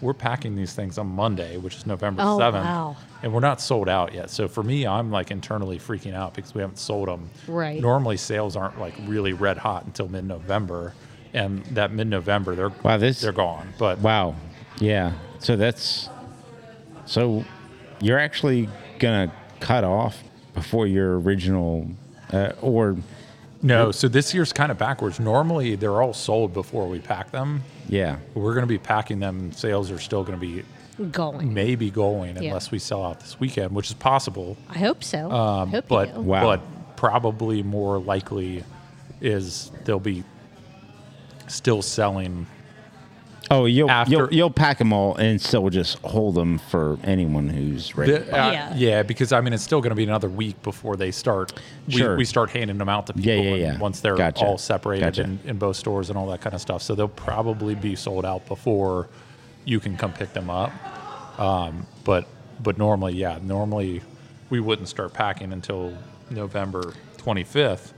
We're packing these things on Monday, which is November
Mm-hmm. Oh,
seventh,
wow.
and we're not sold out yet. So for me, I'm like internally freaking out because we haven't sold them.
Right.
Normally sales aren't like really red hot until mid November, and that mid November they're
Wow, this-
they're gone. But
wow. Yeah. So that's so you're actually gonna cut off before your original uh, or
no, so this year's kind of backwards. Normally they're all sold before we pack them.
yeah.
We're going to be packing them. and Sales are still going to be
Going.
may be going
Yeah.
unless we sell out this weekend, which is possible.
I hope so. I
Um,
hope
but
you do.
Wow.
but probably more likely is they'll be still selling.
Oh, you'll
After-
you'll you'll pack them all and still just hold them for anyone who's ready.
The- uh,
Yeah.
because I mean it's still going to be another week before they start. We,
Sure.
we start handing them out to people
Yeah, yeah,
and
yeah.
once they're
Gotcha.
all separated
Gotcha.
in, in both stores and all that kind of stuff. So they'll probably be sold out before you can come pick them up. Um, but but normally yeah normally we wouldn't start packing until november 25th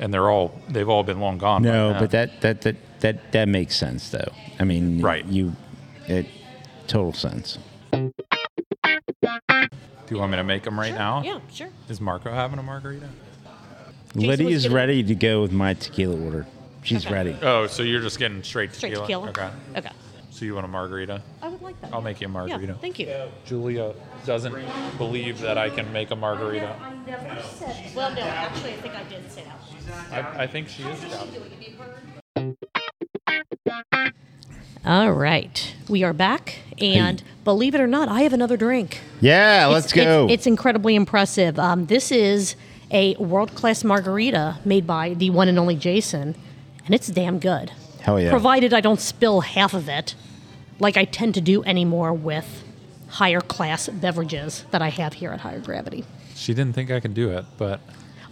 and they're all they've all been long gone by
No,
then.
but that that that that that makes sense though. I mean,
Right.
You, it total sense.
do you want me to make them right
Sure,
now
Yeah, sure.
is marco having a margarita
was
Lydia's
gonna-
ready to go with my tequila order. She's
Okay.
ready.
oh so you're just getting straight
Straight
tequila,
tequila.
okay
Okay.
so you want a margarita
I would like that.
i'll make you a
yeah,
margarita
thank you.
julia doesn't believe that i can make a margarita
I never said. Well, no, actually, I think I did say that.
i, I think she is down.
All right, we are back, and believe it or not, I have another drink.
Yeah, Oh, let's
It's-
go.
It's, it's incredibly impressive. Um, this is a world class margarita made by the one and only Jason, and it's damn good.
Hell yeah.
Provided I don't spill half of it, like I tend to do anymore with higher class beverages that I have here at Higher Gravity.
She didn't think I could do it, but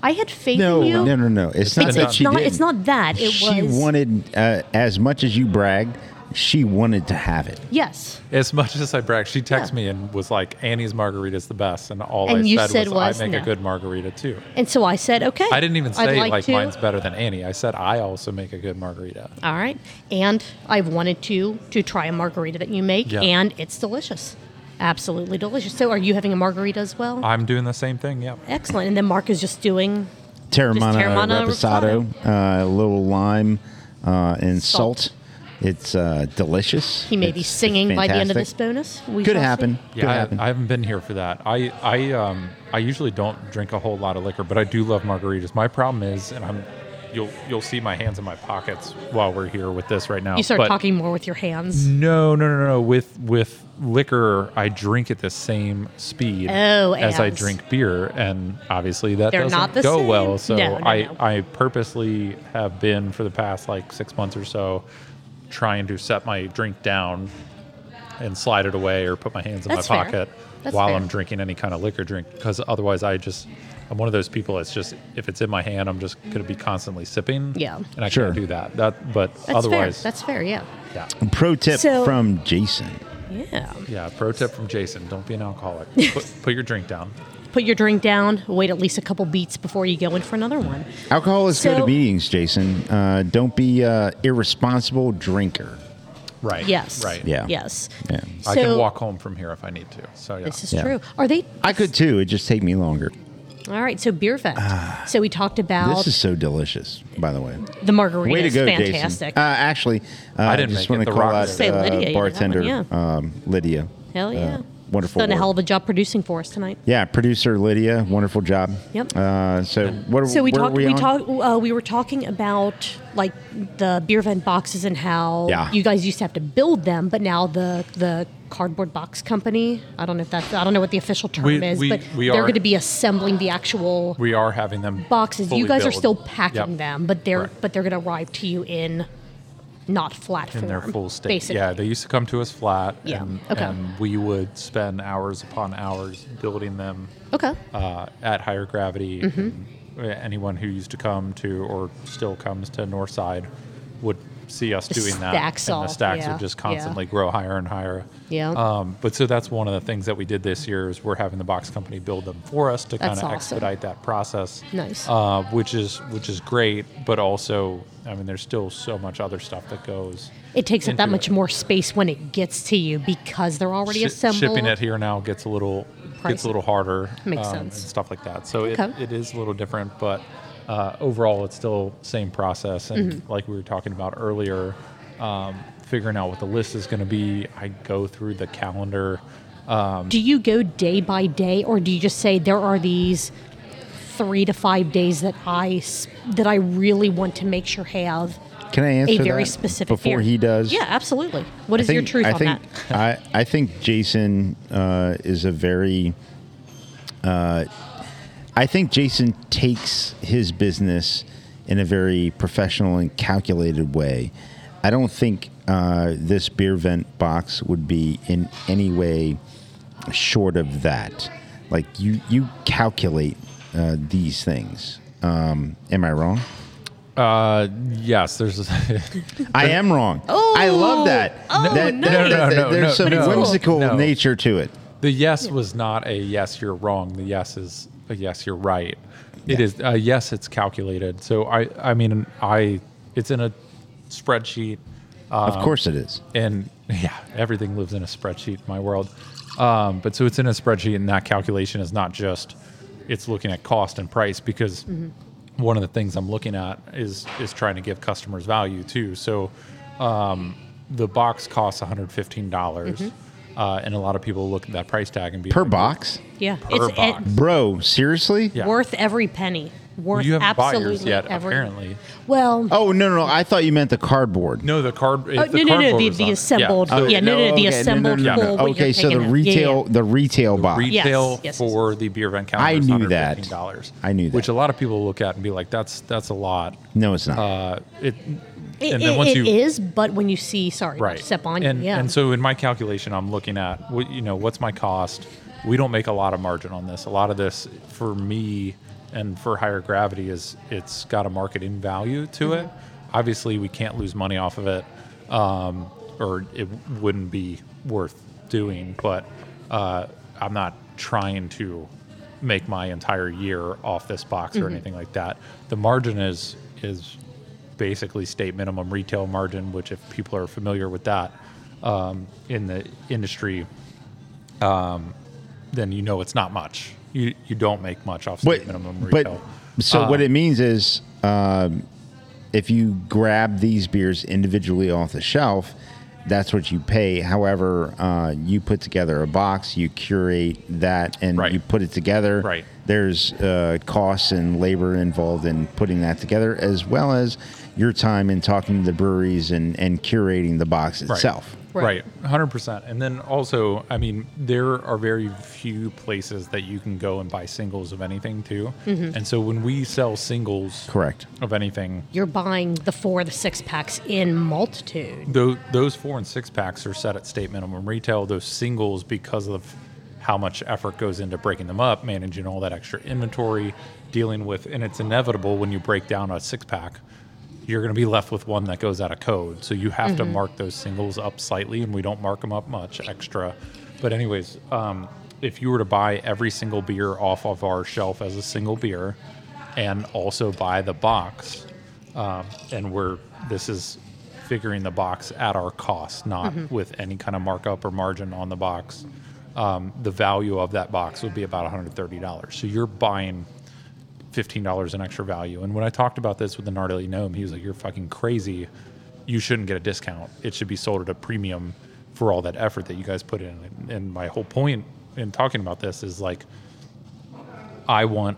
I had faith
No,
in you.
no, no, no. It's, not
It's,
that
it's
she
not.
didn't.
It's not that. It
she
was.
wanted uh, as much as you bragged. She wanted to have it.
yes.
as much as I brag, she texted
Yeah.
me and was like, "Annie's margarita's the best," and all
And
I
you
said,
said
was,
was
"I make
no.
a good margarita too."
And so I said, okay.
I didn't even
I'd
say
like,
like,
to-
mine's better than Annie. I said I also make a good margarita.
All right. And I wanted to to try a margarita that you make,
Yeah.
and it's delicious, absolutely delicious. So, are you having a margarita as well?
Uh,
I'm doing the same thing. Yep.
Excellent. And then Mark is just doing
Terramana,
Terramana
reposado, uh, a little lime uh, and
Salt.
salt. It's uh, delicious.
He may be
It's- it's
singing by the end of this
fantastic.
bonus. We
Could
shall see.
happen. Could
Yeah,
happen.
I, I haven't been here for that. I I um I usually don't drink a whole lot of liquor, but I do love margaritas. My problem is, and I'm you'll you'll see my hands in my pockets while we're here with this right now.
You start
but
talking more with your
Mm,
hands.
No, no, no, no. With with liquor, I drink at the same speed
Oh,
as I
abs.
drink beer, and obviously that
They're
doesn't
not the
go
same.
well. So
No, no,
I
no.
I purposely have been for the past like six months or so trying to set my drink down and slide it away or put my hands in
That's
my
fair.
pocket
That's
while
fair.
I'm drinking any kind of liquor drink because otherwise I just I'm one of those people that's just if it's in my hand I'm just going to be constantly sipping
Yeah.
and I
Sure.
can't do that that but
That's
otherwise
fair. That's fair. Yeah.
yeah
Pro tip
So-
from Jason.
Yeah.
Yeah, pro tip from Jason: Don't be an alcoholic. put, put your drink down.
Put your drink down. Wait at least a couple beats before you go in for another one.
Alcohol is good
So-
at meetings, Jason. Uh, don't be uh, irresponsible drinker.
Right.
Yes.
Right.
Yeah.
Yes.
Yeah.
I
so,
can walk home from here if I need to. So yeah.
This is
Yeah.
true. Are they?
I could too. It just take me longer.
All right. So beer fact. so we talked about
Ah. This is so delicious, by the way.
the margarita.
Way to
is
go,
fantastic.
Jason. Uh, actually, uh, I
didn't
just
make it.
want to
The
call
Rock
out
did. Say
uh,
Lydia, you got one,
bartender
yeah.
um, Lydia.
Hell yeah.
Uh, wonderful.
Done a
work.
hell of a job producing for us tonight.
Yeah, producer Lydia, wonderful job.
Yep.
Uh, so what? Are,
So we
where
talked.
Are we
We,
on?
talked. Uh, we were talking about like the beer vent boxes and how
Yeah.
you guys used to have to build them, but now the the cardboard box company. I don't know if that's. I don't know what the official term
We-
is,
we-
but
we
they're
are-
going to be assembling the actual
we are having them
boxes.
fully
You guys are
built.
still packing
Yep.
them, but they're
Correct.
but they're going to arrive to you in not flat form.
in their full state.
Basically.
Yeah, they used to come to us flat.
Yeah,
And,
okay.
and we would spend hours upon hours building them
okay.
uh, at higher gravity. And Anyone who used to come to or still comes to Northside would see us doing that.
stacks
and the
up,
stacks
yeah,
would just
yeah.
constantly grow higher and higher.
Yeah.
Um, but so that's one of the things that we did this year is we're having the box company build them for us to kind
That's
of
awesome.
expedite that process.
Nice.
Uh, which is which is great, but also I mean there's still so much other stuff that goes.
It takes up that
into
much
it.
more space when it gets to you because they're already
Shi-
assembled.
Shipping it here now gets a little gets
Pricey.
a little harder. um,
Makes
And
sense.
stuff like that. So
Okay.
it, it is a little different, but uh, overall it's still same process. And
Mm-hmm.
like we were talking about earlier, um, figuring out what the list is going to be. I go through the calendar.
Do you go day by day, or do you just say there are these three to five days that I s- that I really want to make sure have
Can I answer
a very
that
specific
before
beer?
he does?
Yeah, absolutely. What is your truth
I
on
think,
that?
I, I think Jason uh, is a very. Uh, I think Jason takes his business in a very professional and calculated way. I don't think uh, this beer vent box would be in any way short of that. Like you, you calculate uh, these things. Um, am I wrong?
Uh, yes, there's.
I am wrong.
Oh.
I love that.
Oh,
That- that-
nice.
that-
No, no,
that-
no,
There's
no,
some
no,
whimsical
no.
nature to it.
The yes was not a yes, you're wrong. The yes is a yes, you're right. It is a yes, it's calculated. So I, I mean, I, it's in a spreadsheet,
Of
Um,
course it is.
and yeah, everything lives in a spreadsheet in my world. Um, but so it's in a spreadsheet, and that calculation is not just it's looking at cost and price because
Mm-hmm.
one of the things I'm looking at is is trying to give customers value too. So um, the box costs 115 dollars.
Mm-hmm.
Uh, and a lot of people look at that price tag and be
Per
like,
box?
Yeah,
per
it's
box.
it-
Bro, seriously?
Yeah.
worth every penny. Worth
you haven't bought
absolutely
yours yet,
every.
apparently.
Well,
Oh, no, no, no. I thought you meant the cardboard.
No, the card.
oh, no, no, no, the, the assembled. Yeah,
Oh,
no,
no,
no, the
okay, no, no,
assembled.
no,
no.
full, what
Okay,
you're
so the
taking in. Yeah, yeah,
retail the retail box.
Yes,
retail
yes, yes.
for the beer event calendar.
I
is
knew that.
$115.
I knew that.
Which a lot of people look at and be like, "That's that's a lot."
No, it's not.
Uh, it
It,
and then once
it-
you
it is, but when you see, sorry,
right
step on
and,
you, yeah.
and so in my calculation i'm looking at what you know what's my cost we don't make a lot of margin on this a lot of this for me and for higher gravity is it's got a marketing value to it
Mm-hmm.
obviously we can't lose money off of it um, or it wouldn't be worth doing but uh, i'm not trying to make my entire year off this box
Mm-hmm.
or anything like that the margin is is basically state minimum retail margin, which if people are familiar with that um, in the industry, um, then you know it's not much. You you don't make much off state
But,
minimum
but
retail.
so what it means is, um, if you grab these beers individually off the shelf, that's what you pay. However, uh, you put together a box, you curate that, and
Right.
you put it together.
Right.
There's uh, costs and labor involved in putting that together, as well as your time in talking to the breweries and, and curating the box itself.
Right. 100%. And then also, I mean, there are very few places that you can go and buy singles of anything too. And so when we sell singles
Correct.
of anything,
You're buying the four, the six packs in multitude.
Tho- those four and six packs are set at state minimum retail. Those singles, because of how much effort goes into breaking them up, managing all that extra inventory, dealing with, and it's inevitable when you break down a six pack, you're going to be left with one that goes out of code. So you have to mark those singles up slightly, and we don't mark them up much extra. But, anyways, um, if you were to buy every single beer off of our shelf as a single beer and also buy the box, um, and we're this is figuring the box at our cost, not with any kind of markup or margin on the box. Um, the value of that box would be about $130. So you're buying $15 in extra value. And when I talked about this with the Gnarly Gnome, he was like, You're fucking crazy. You shouldn't get a discount. It should be sold at a premium for all that effort that you guys put in. And my whole point in talking about this is like, I want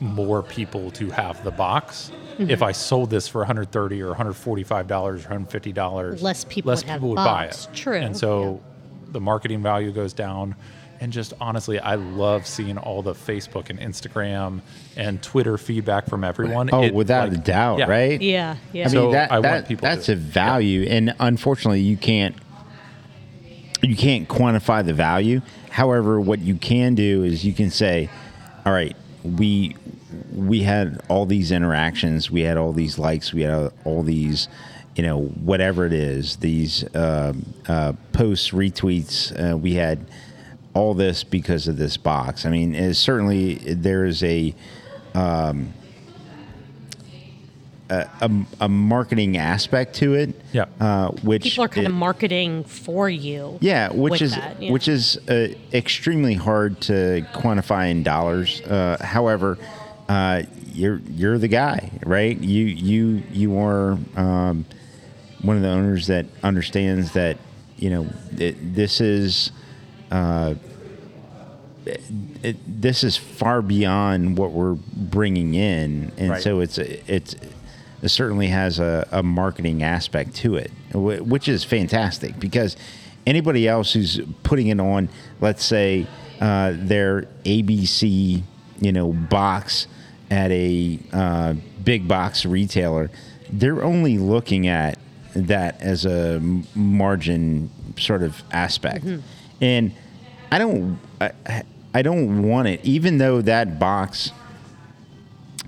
more people to have the box.
Mm-hmm.
If I sold this for 130 or 145 dollars or 150 dollars,
Less people would have box.
buy it.
True.
And so the marketing value goes down. And just honestly, I love seeing all the Facebook and Instagram and Twitter feedback from everyone.
Oh,
It,
without
like-
a doubt,
yeah.
right?
Yeah, yeah.
I mean
So
that,
I want
that-
people
that's
to-
a value, and unfortunately, you can't you can't quantify the value. However, what you can do is you can say, "All right, we we had all these interactions, we had all these likes, we had all these." You know, whatever it is, these um uh, posts, retweets, uh, we had all this because of this box. I mean, it's certainly there is a um, a marketing aspect to it.
Yeah.
Uh, which
People are kind
it-
of marketing for you.
yeah, which
with
is
that, yeah.
which is uh, extremely hard to quantify in dollars. Uh, however, uh, you're you're the guy, right? You you you are um, one of the owners that understands that you know th- this is uh, it, this is far beyond what we're bringing in, and
Right.
so it's a- it's it certainly has a, a marketing aspect to it, wh- which is fantastic because anybody else who's putting it on, let's say uh, their ABC, you know, box at a uh, big box retailer, they're only looking at that as a m- margin sort of aspect, and I don't, I, I don't want it, even though that box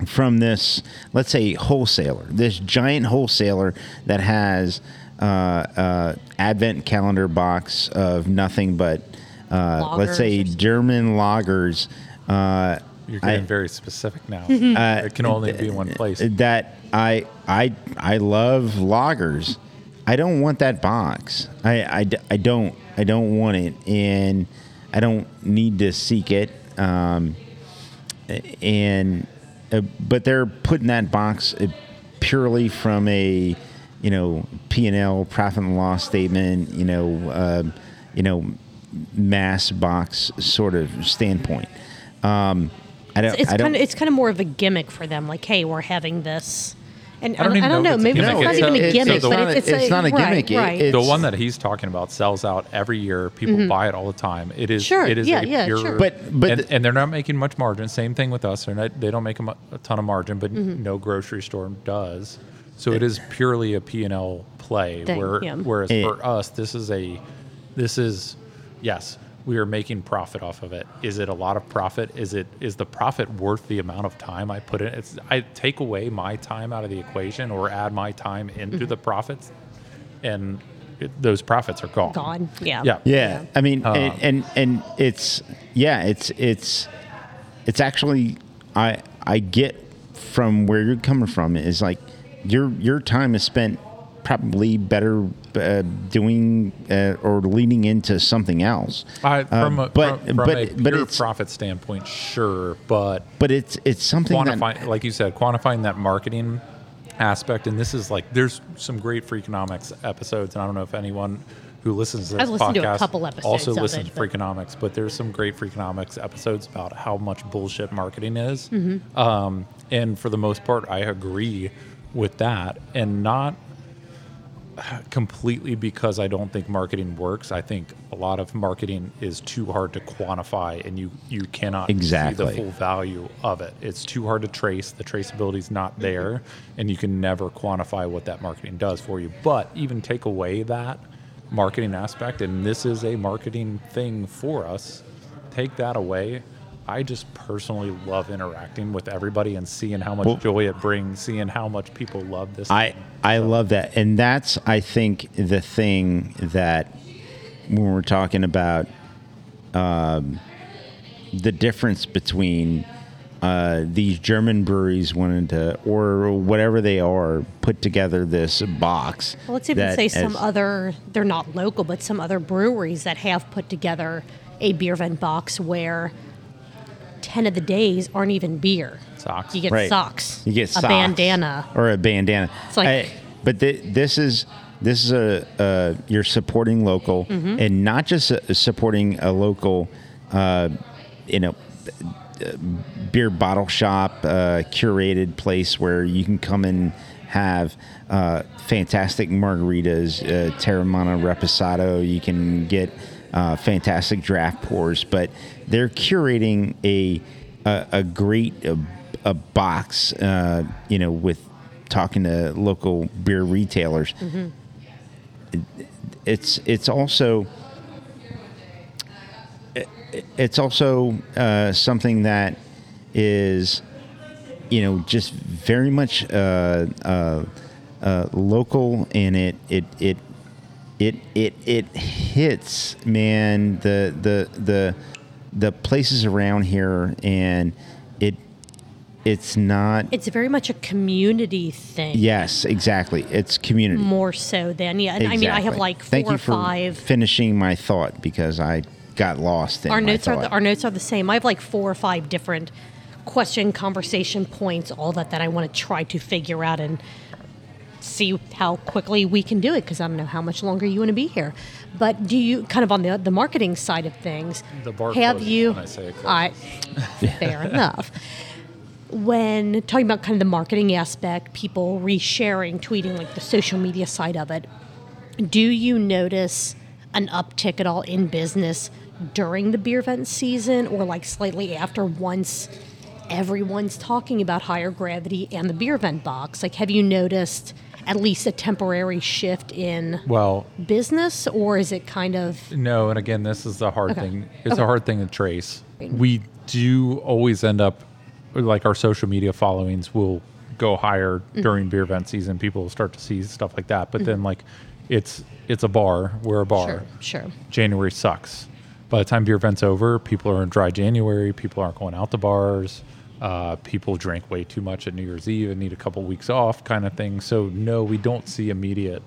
from this, let's say, wholesaler, this giant wholesaler that has uh, uh, advent calendar box of nothing but, uh, let's
Lagers
say,
or something.
German lagers. Uh,
You're
I- Uh,
getting very specific now. it can only be one place.
that I I I love loggers. I don't want that box. I, I, d- I don't I don't want it, and I don't need to seek it. Um, and uh, but they're putting that box uh, purely from a you know P and L profit and loss statement. You know uh, you know mass box sort of standpoint. Um, I don't.
It's
I don't,
kind of it's kind of more of a gimmick for them. Like, hey, we're having this, and I
don't
don't, I
even
don't
know
know.
if it's
Maybe
a gimmick.
it's not even
It's a-
a
it's
gimmick,
a-
it's
but it's,
not a- it's not a
right,
gimmick. It-
Right.
it's-
the one that he's talking about sells out every year. People buy it all the time. It is
Mm-hmm. Sure,
It is
yeah,
a
yeah,
pure,
sure.
But- but
and,
the-
and they're not making much
Mm-hmm.
margin. Same thing with us. They're not, they don't make a, mu- a ton of margin, but no grocery store does. So it is purely a P&L play
Thing,
where
yeah.
whereas
Yeah.
for us this is a this is yes, we are making profit off of it. Is it a lot of profit? Is it is the profit worth the amount of time I put in? It's I take away my time out of the equation or add my time into
Mm-hmm.
the profits and it, those profits are gone.
Gone. Yeah.
Yeah.
Yeah, I mean,
Um,
and, and and it's yeah, it's it's it's actually I I get from where you're coming from is like your your time is spent probably better uh, doing uh, or leaning into something else.
I,
Um,
from, a,
but-
from, from
but-
a
but
pure
it's-
profit standpoint, sure, but
But it's it's something that
quantifying, like you said, quantifying that marketing aspect. And this is like, there's some great Freakonomics episodes, and I don't know if anyone who listens to this
I've listened to a
podcast
couple episodes
also
of it,
listens to
but-
Freakonomics, but there's some great Freakonomics episodes about how much bullshit marketing is.
Mm-hmm.
Um, and for the most part, I agree with that, and not completely because I don't think marketing works. I think a lot of marketing is too hard to quantify, and you you cannot
Exactly.
see the full value of it. It's too hard to trace. The traceability is
Mm-hmm.
not there, and you can never quantify what that marketing does for you. But even take away that marketing aspect, and this is a marketing thing for us. Take that away. I just personally love interacting with everybody and seeing how much joy it brings, seeing how much people love this.
I
thing.
I love that, and that's I think the thing that when we're talking about um, the difference between uh, these German breweries wanting to or whatever they are put together this box.
Well, let's even
that
say some
as-
other, they're not local, but some other breweries that have put together a beer vent box where 10 of the days aren't even beer.
Socks.
You get
Right.
socks.
You get
a
socks
bandana.
or a bandana.
It's like-
but thi- this is this is a uh, you're supporting local
Mm-hmm.
and not just uh, supporting a local, uh, you know, uh, beer bottle shop, uh, curated place where you can come and have uh, fantastic margaritas, uh, Terramana Reposado. You can get uh, fantastic draft pours, but they're curating a a, a great a, a box, uh, you know, with talking to local beer retailers. It's it's also it's also uh, something that is, you know, just very much uh, uh, uh, local, and it it it it it it hits, man. The the the the places around here, and it it's not.
It's very much a community thing.
yes, exactly. It's community.
More so than, yeah. And Mm. I mean, I have
Exactly.
like four
Thank you
or
for
five.
Finishing my thought because I got lost in
our
my
notes are
thought.
the, our notes are the same. I have like four or five different question conversation points, all that that I want to try to figure out and see how quickly we can do it because I don't know how much longer you want to be here. But do you kind of on the the marketing side of things?
The bar
have
closes
you?
when I say it
I- fair enough. When talking about kind of the marketing aspect, people resharing, tweeting, like the social media side of it, do you notice an uptick at all in business during the beer event season or like slightly after once everyone's talking about higher gravity and the beer event box? Like, have you noticed at least a temporary shift in
Well,
business or is it kind of
no, and again, this is the hard
Okay.
thing. It's a hard thing to trace. We do always end up like our social media followings will go higher
Mm-hmm.
during beer event season. People will start to see stuff like that, but then like it's it's a bar. We're a bar.
sure, sure?
January sucks. By the time beer event's over, people are in dry January. People aren't going out to bars. Uh, people drink way too much at New Year's Eve and need a couple weeks off, kind of thing. So no, we don't see immediate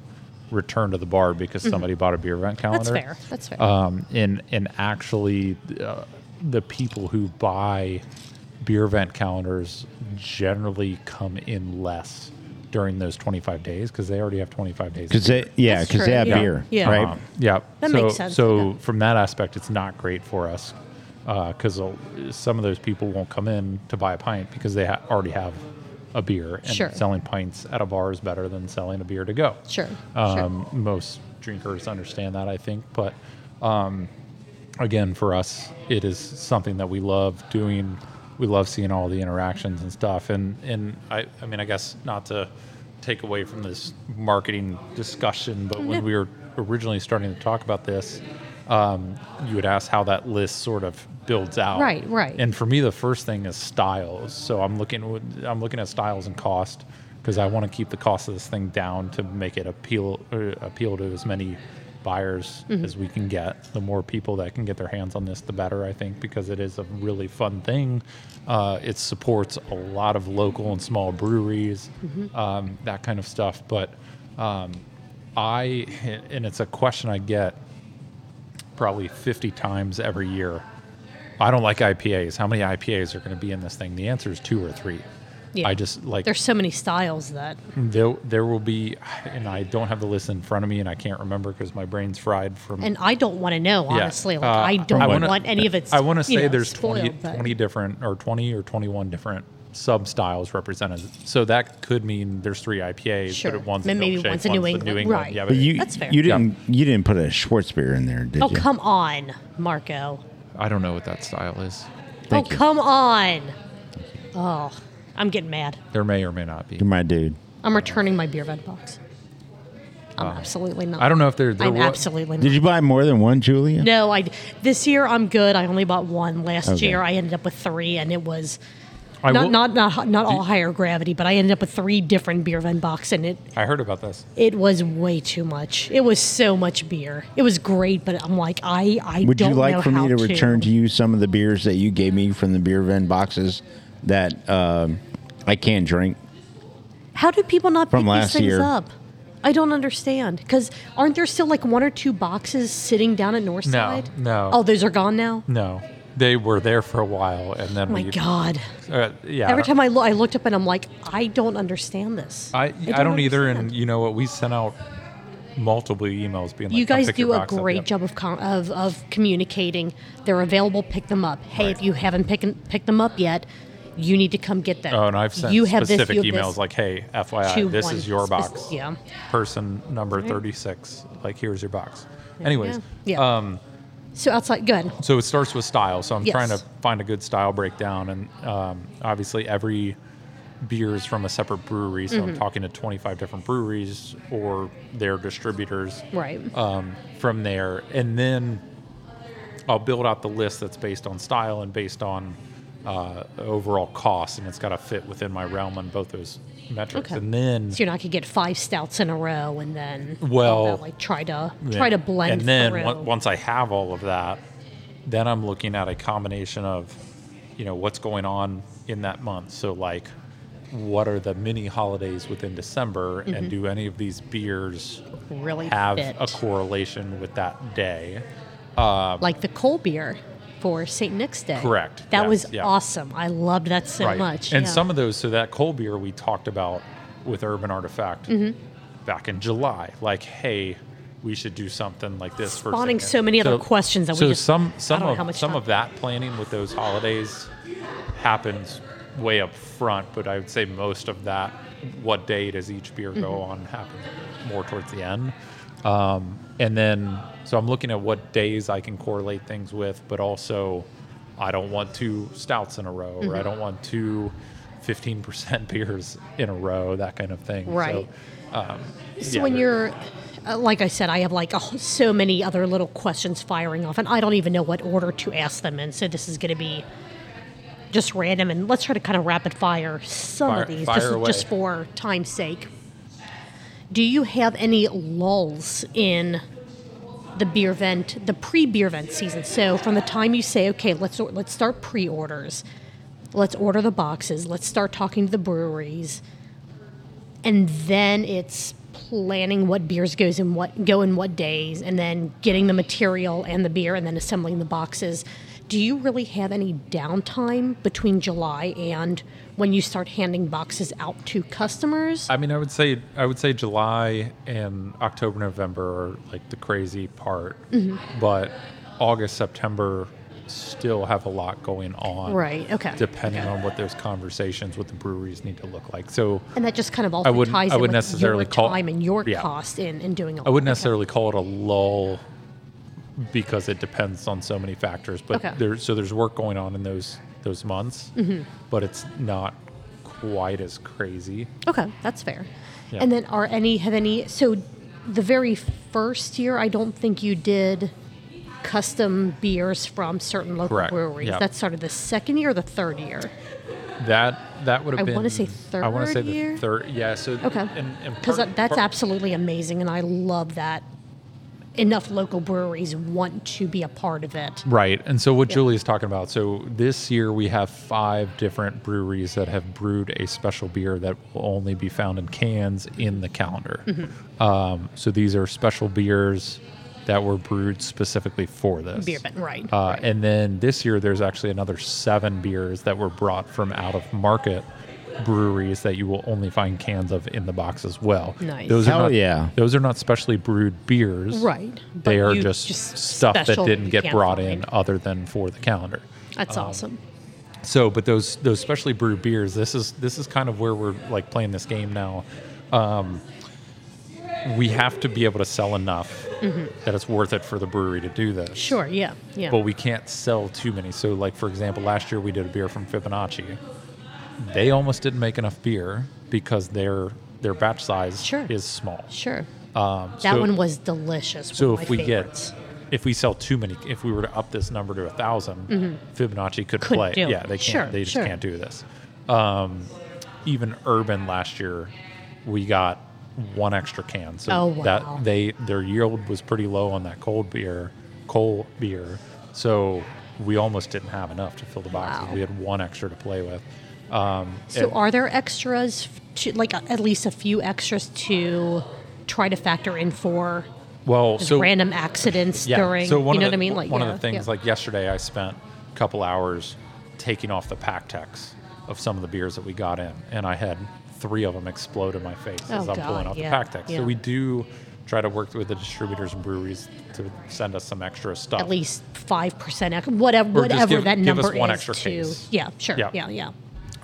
return to the bar because somebody bought a beer event calendar
Mm-hmm. That's fair. That's fair.
um, and and actually uh, the people who buy beer event calendars generally come in less during those 25 days because they already have 25 days
Because they, yeah,
That's
'cause
true,
they have
yeah.
beer,
Yeah.
right?
um, yeah
That
so,
makes sense,
so
yeah.
from that aspect it's not great for us because some of those people won't come in to buy a pint because they ha- already have a beer and
Sure.
selling pints at a bar is better than selling a beer to go
Sure,
um, most drinkers understand that i think but um, again for us it is something that we love doing we love seeing all the interactions and stuff and and i i mean i guess not to take away from this marketing discussion, but
Yeah.
when we were originally starting to talk about this, um, you would ask how that list sort of builds out.
Right, right.
And for me, the first thing is styles. So I'm looking, with- I'm looking at styles and cost because I want to keep the cost of this thing down to make it appeal or appeal to as many buyers
Mm-hmm.
as we can get. The more people that can get their hands on this, the better, I think, because it is a really fun thing. Uh, it supports a lot of local and small breweries,
Mm-hmm.
um, that kind of stuff. But um, I, and it's a question I get probably 50 times every year. I don't like IPAs. How many IPAs are going to be in this thing? The answer is two or three.
Yeah.
I just like
There's so many styles that
there, there will be, and I don't have the list in front of me, and I can't remember because my brain's fried from.
and I don't want to know honestly. Like I
uh,
don't
wanna-
want any of its
I want to
you
say
know,
there's
spoiled,
20,
but-
20 different or 20 or 21 different sub styles represented. So that could mean there's three IPAs,
Sure.
but it one's
Then
a
maybe
milkshake,
one's a New England. Right.
Yeah,
But
But you
That's fair.
you didn't you didn't put a Schwarzbier in there, did
Oh,
you?
come on, Marco.
I don't know what that style is.
Thank
oh,
you.
come on. Oh, I'm getting mad.
there may or may not be.
You're my dude.
I'm returning my beer red box. I'm absolutely not.
Uh, I don't know if there, there
I'm
wa-
absolutely not.
Did you buy more than one, Julia?
No, I. This year I'm good. I only bought one. Last
Okay.
year I ended up with three, and it was
I
not
will-
not not not all higher gravity, but I ended up with three different beer van box, and it
I heard about this.
it was way too much. It was so much beer. It was great, but I'm like I I
Would you
don't
like
know
for
how
me to, return to you some of the beers that you gave me from the beer vend boxes that um, I can't drink?
How do people not
From
pick
last
these things
year.
up? I don't understand. Because aren't there still like one or two boxes sitting down at Northside?
no.
Oh, those are gone now.
No, they were there for a while, and then
Oh my
we,
God!
Uh, yeah,
Every time I lo- I looked up and I'm like, I don't understand this.
I, I, don't, either.
understand.
And you know what? We sent out multiple emails being like,
you
"Come
guys
pick your
do a
box up."
great
Yep.
job of, com- of of communicating. They're available. Pick them up. Hey, if
Right.
you haven't picked picked them up yet, you need to come get them.
Oh, and I've sent
you have this,
specific
you have
emails
this.
like, "Hey,
to
FYI, this
one
is your
spec-
box.
yeah.
Person number thirty-six. Like, here's your box." Anyways, um,
yeah. so outside, good.
so it starts with style. So I'm
Yes.
trying to find a good style breakdown, and um, obviously every beer is from a separate brewery. So
Mm-hmm.
I'm talking to 25 different breweries or their distributors.
Right.
um, from there. And then I'll build out the list that's based on style and based on uh, overall cost, and it's got to fit within my realm on both those metrics.
Okay.
And then,
so you're not gonna get five stouts in a row, and then
Well-
they'll, like try to try to blend.
And then
through.
on- once I have all of that, then I'm looking at a combination of, you know, what's going on in that month. So like, what are the mini holidays within December, and do any of these beers
Mm-hmm. really
have
fit.
a correlation with that day?
like the cold beer for St. Nick's Day.
Correct.
That
Yeah,
was
yeah.
awesome. I loved that so much.
And
yeah.
some of those, so that cold beer we talked about with Urban Artifact
Mm-hmm.
back in July, like, hey, we should do something like this for
Spawning
Zinga.
so many other questions that we
so
just-
some
I
some
don't know
of
how much
some
time-
of that planning with those holidays happens way up front, but I would say most of that, what day does each beer go
Mm-hmm.
on, happens more towards the end. Um, and then, so I'm looking at what days I can correlate things with, but also I don't want two stouts in a row, or
Mm-hmm.
I don't want two 15% beers in a row, that kind of thing.
Right.
So, um,
So
yeah,
when
there-
you're, uh, like I said, I have like a, wh- so many other little questions firing off, and I don't even know what order to ask them in. So this is going to be just random, and let's try to kind of rapid fire some
Fire-
of these
fire
just,
away.
just for time's sake. Do you have any lulls in the beer vent, the pre-beer vent season? So from the time you say, okay, let's or- let's start pre-orders, let's order the boxes, let's start talking to the breweries and then it's planning what beers goes in what go in what days and then getting the material and the beer and then assembling the boxes do you really have any downtime between july and when you start handing boxes out to customers
I mean, I would say I would say July and October, November are like the crazy part,
Mm-hmm.
but August, September still have a lot going on.
right okay
Depending on what those conversations with the breweries need to look like. So
and that just kind of also
wouldn't-
ties
I
in
wouldn't
with
necessarily
your
call-
time and your
Yeah.
cost in, in doing all
I wouldn't necessarily call it a lull because it depends on so many factors. But
Okay. Mm-hmm.
there's so there's work going on in those those months, but it's not quite as crazy.
Okay, that's fair.
Yeah.
And then are any have any so the very first year I don't think you did custom beers from certain local
Correct,
breweries.
yeah.
That started the second year or the third year.
That that would have
I
been.
wanna say
I want to say
third
the
year?
third. Yeah. So
Okay.
and- and
Cuz
part-
that's
part-
absolutely amazing and I love that enough local breweries want to be a part of it.
Right. And so what Julie's talking about, so this year we have five different breweries that have brewed a special beer that will only be found in cans in the calendar.
Mm-hmm.
Um, so these are special beers that were brewed specifically for this.
Beer bet, right.
Uh, and then this year, there's actually another seven beers that were brought from out of market breweries that you will only find cans of in the box as well.
Nice.
Those are
Hell
not,
yeah.
Those are not specially brewed beers.
Right. But
They are
you
just,
just
stuff that
special
didn't
you
get
can't
brought in Um,
find.
other than for the calendar.
That's awesome.
So, but those those specially brewed beers, this is this is kind of where we're like playing this game now. Um, we have to be able to sell enough that it's worth it for the brewery to do this
Mm-hmm. Sure, yeah. Yeah.
but we can't sell too many. So, like for example, last year we did a beer from Fibonacci. They almost didn't make enough beer because their their batch size
Sure.
is small.
sure.
Um,
That
so,
one was delicious. one
So
of
if
my
we
favorites.
get if we sell too many, if we were to up this number to a 1000 Fibonacci could
Mm-hmm. Couldn't
play.
do it.
yeah, they can't.
Sure,
they just
sure.
can't do this. Um, even Urban last year, we got one extra can. So
Oh, wow.
that they their yield was pretty low on that cold beer, cold beer. So we almost didn't have enough to fill the boxes.
Wow.
We had one extra to play with. Um,
So
and-
are there extras f- to like a- at least a few extras to try to factor in for
well,
just
so
random accidents
yeah.
during
so one
you know
of the,
what I mean? Like
one
yeah,
of the things,
yeah.
like yesterday, I spent a couple hours taking off the pack techs of some of the beers that we got in, and I had three of them explode in my face as
Oh,
I'm pulling
God,
out
yeah,
the pack techs.
yeah.
So we do try to work with the distributors and breweries to send us some extra stuff.
at least five percent, whatever,
Or just
whatever
give-
that
give us
number
one
is.
extra
to
case.
yeah, sure,
Yeah. Uh,
yeah, yeah.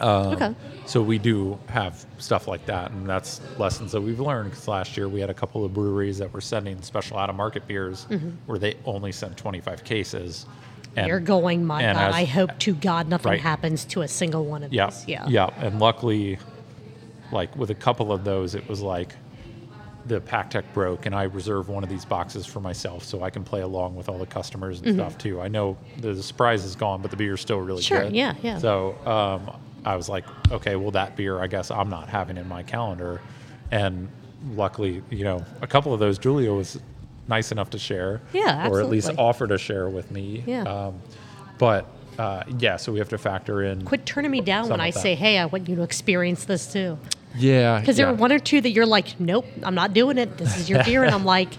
okay,
So we do have stuff like that, and that's lessons that we've learned. Because last year we had a couple of breweries that were sending special out-of-market beers,
Mm-hmm.
where they only sent 25 cases. And
you're going. My
and
God,
as-
I hope to God nothing
right.
happens to a single one of
Yeah,
these. Yeah,
yeah. And luckily, like with a couple of those, it was like the pack tech broke, and I reserve one of these boxes for myself so I can play along with all the customers
Mm-hmm.
and stuff too. I know the, the surprise is gone, but the beer's still really
Sure,
good.
yeah, yeah.
So um, I was like, okay, well that beer, I guess I'm not having in my calendar, and luckily, you know, a couple of those Julia was nice enough to share,
Yeah,
or at least
absolutely.
offer to share with me.
Yeah.
Um, but uh, yeah, so we have to factor in.
Quit turning me down
Something
when I
like that.
say, "Hey, I want you to experience this too,"
Yeah,
because there
yeah.
are one or two that you're like, "Nope, I'm not doing it. This is your beer," and I'm like,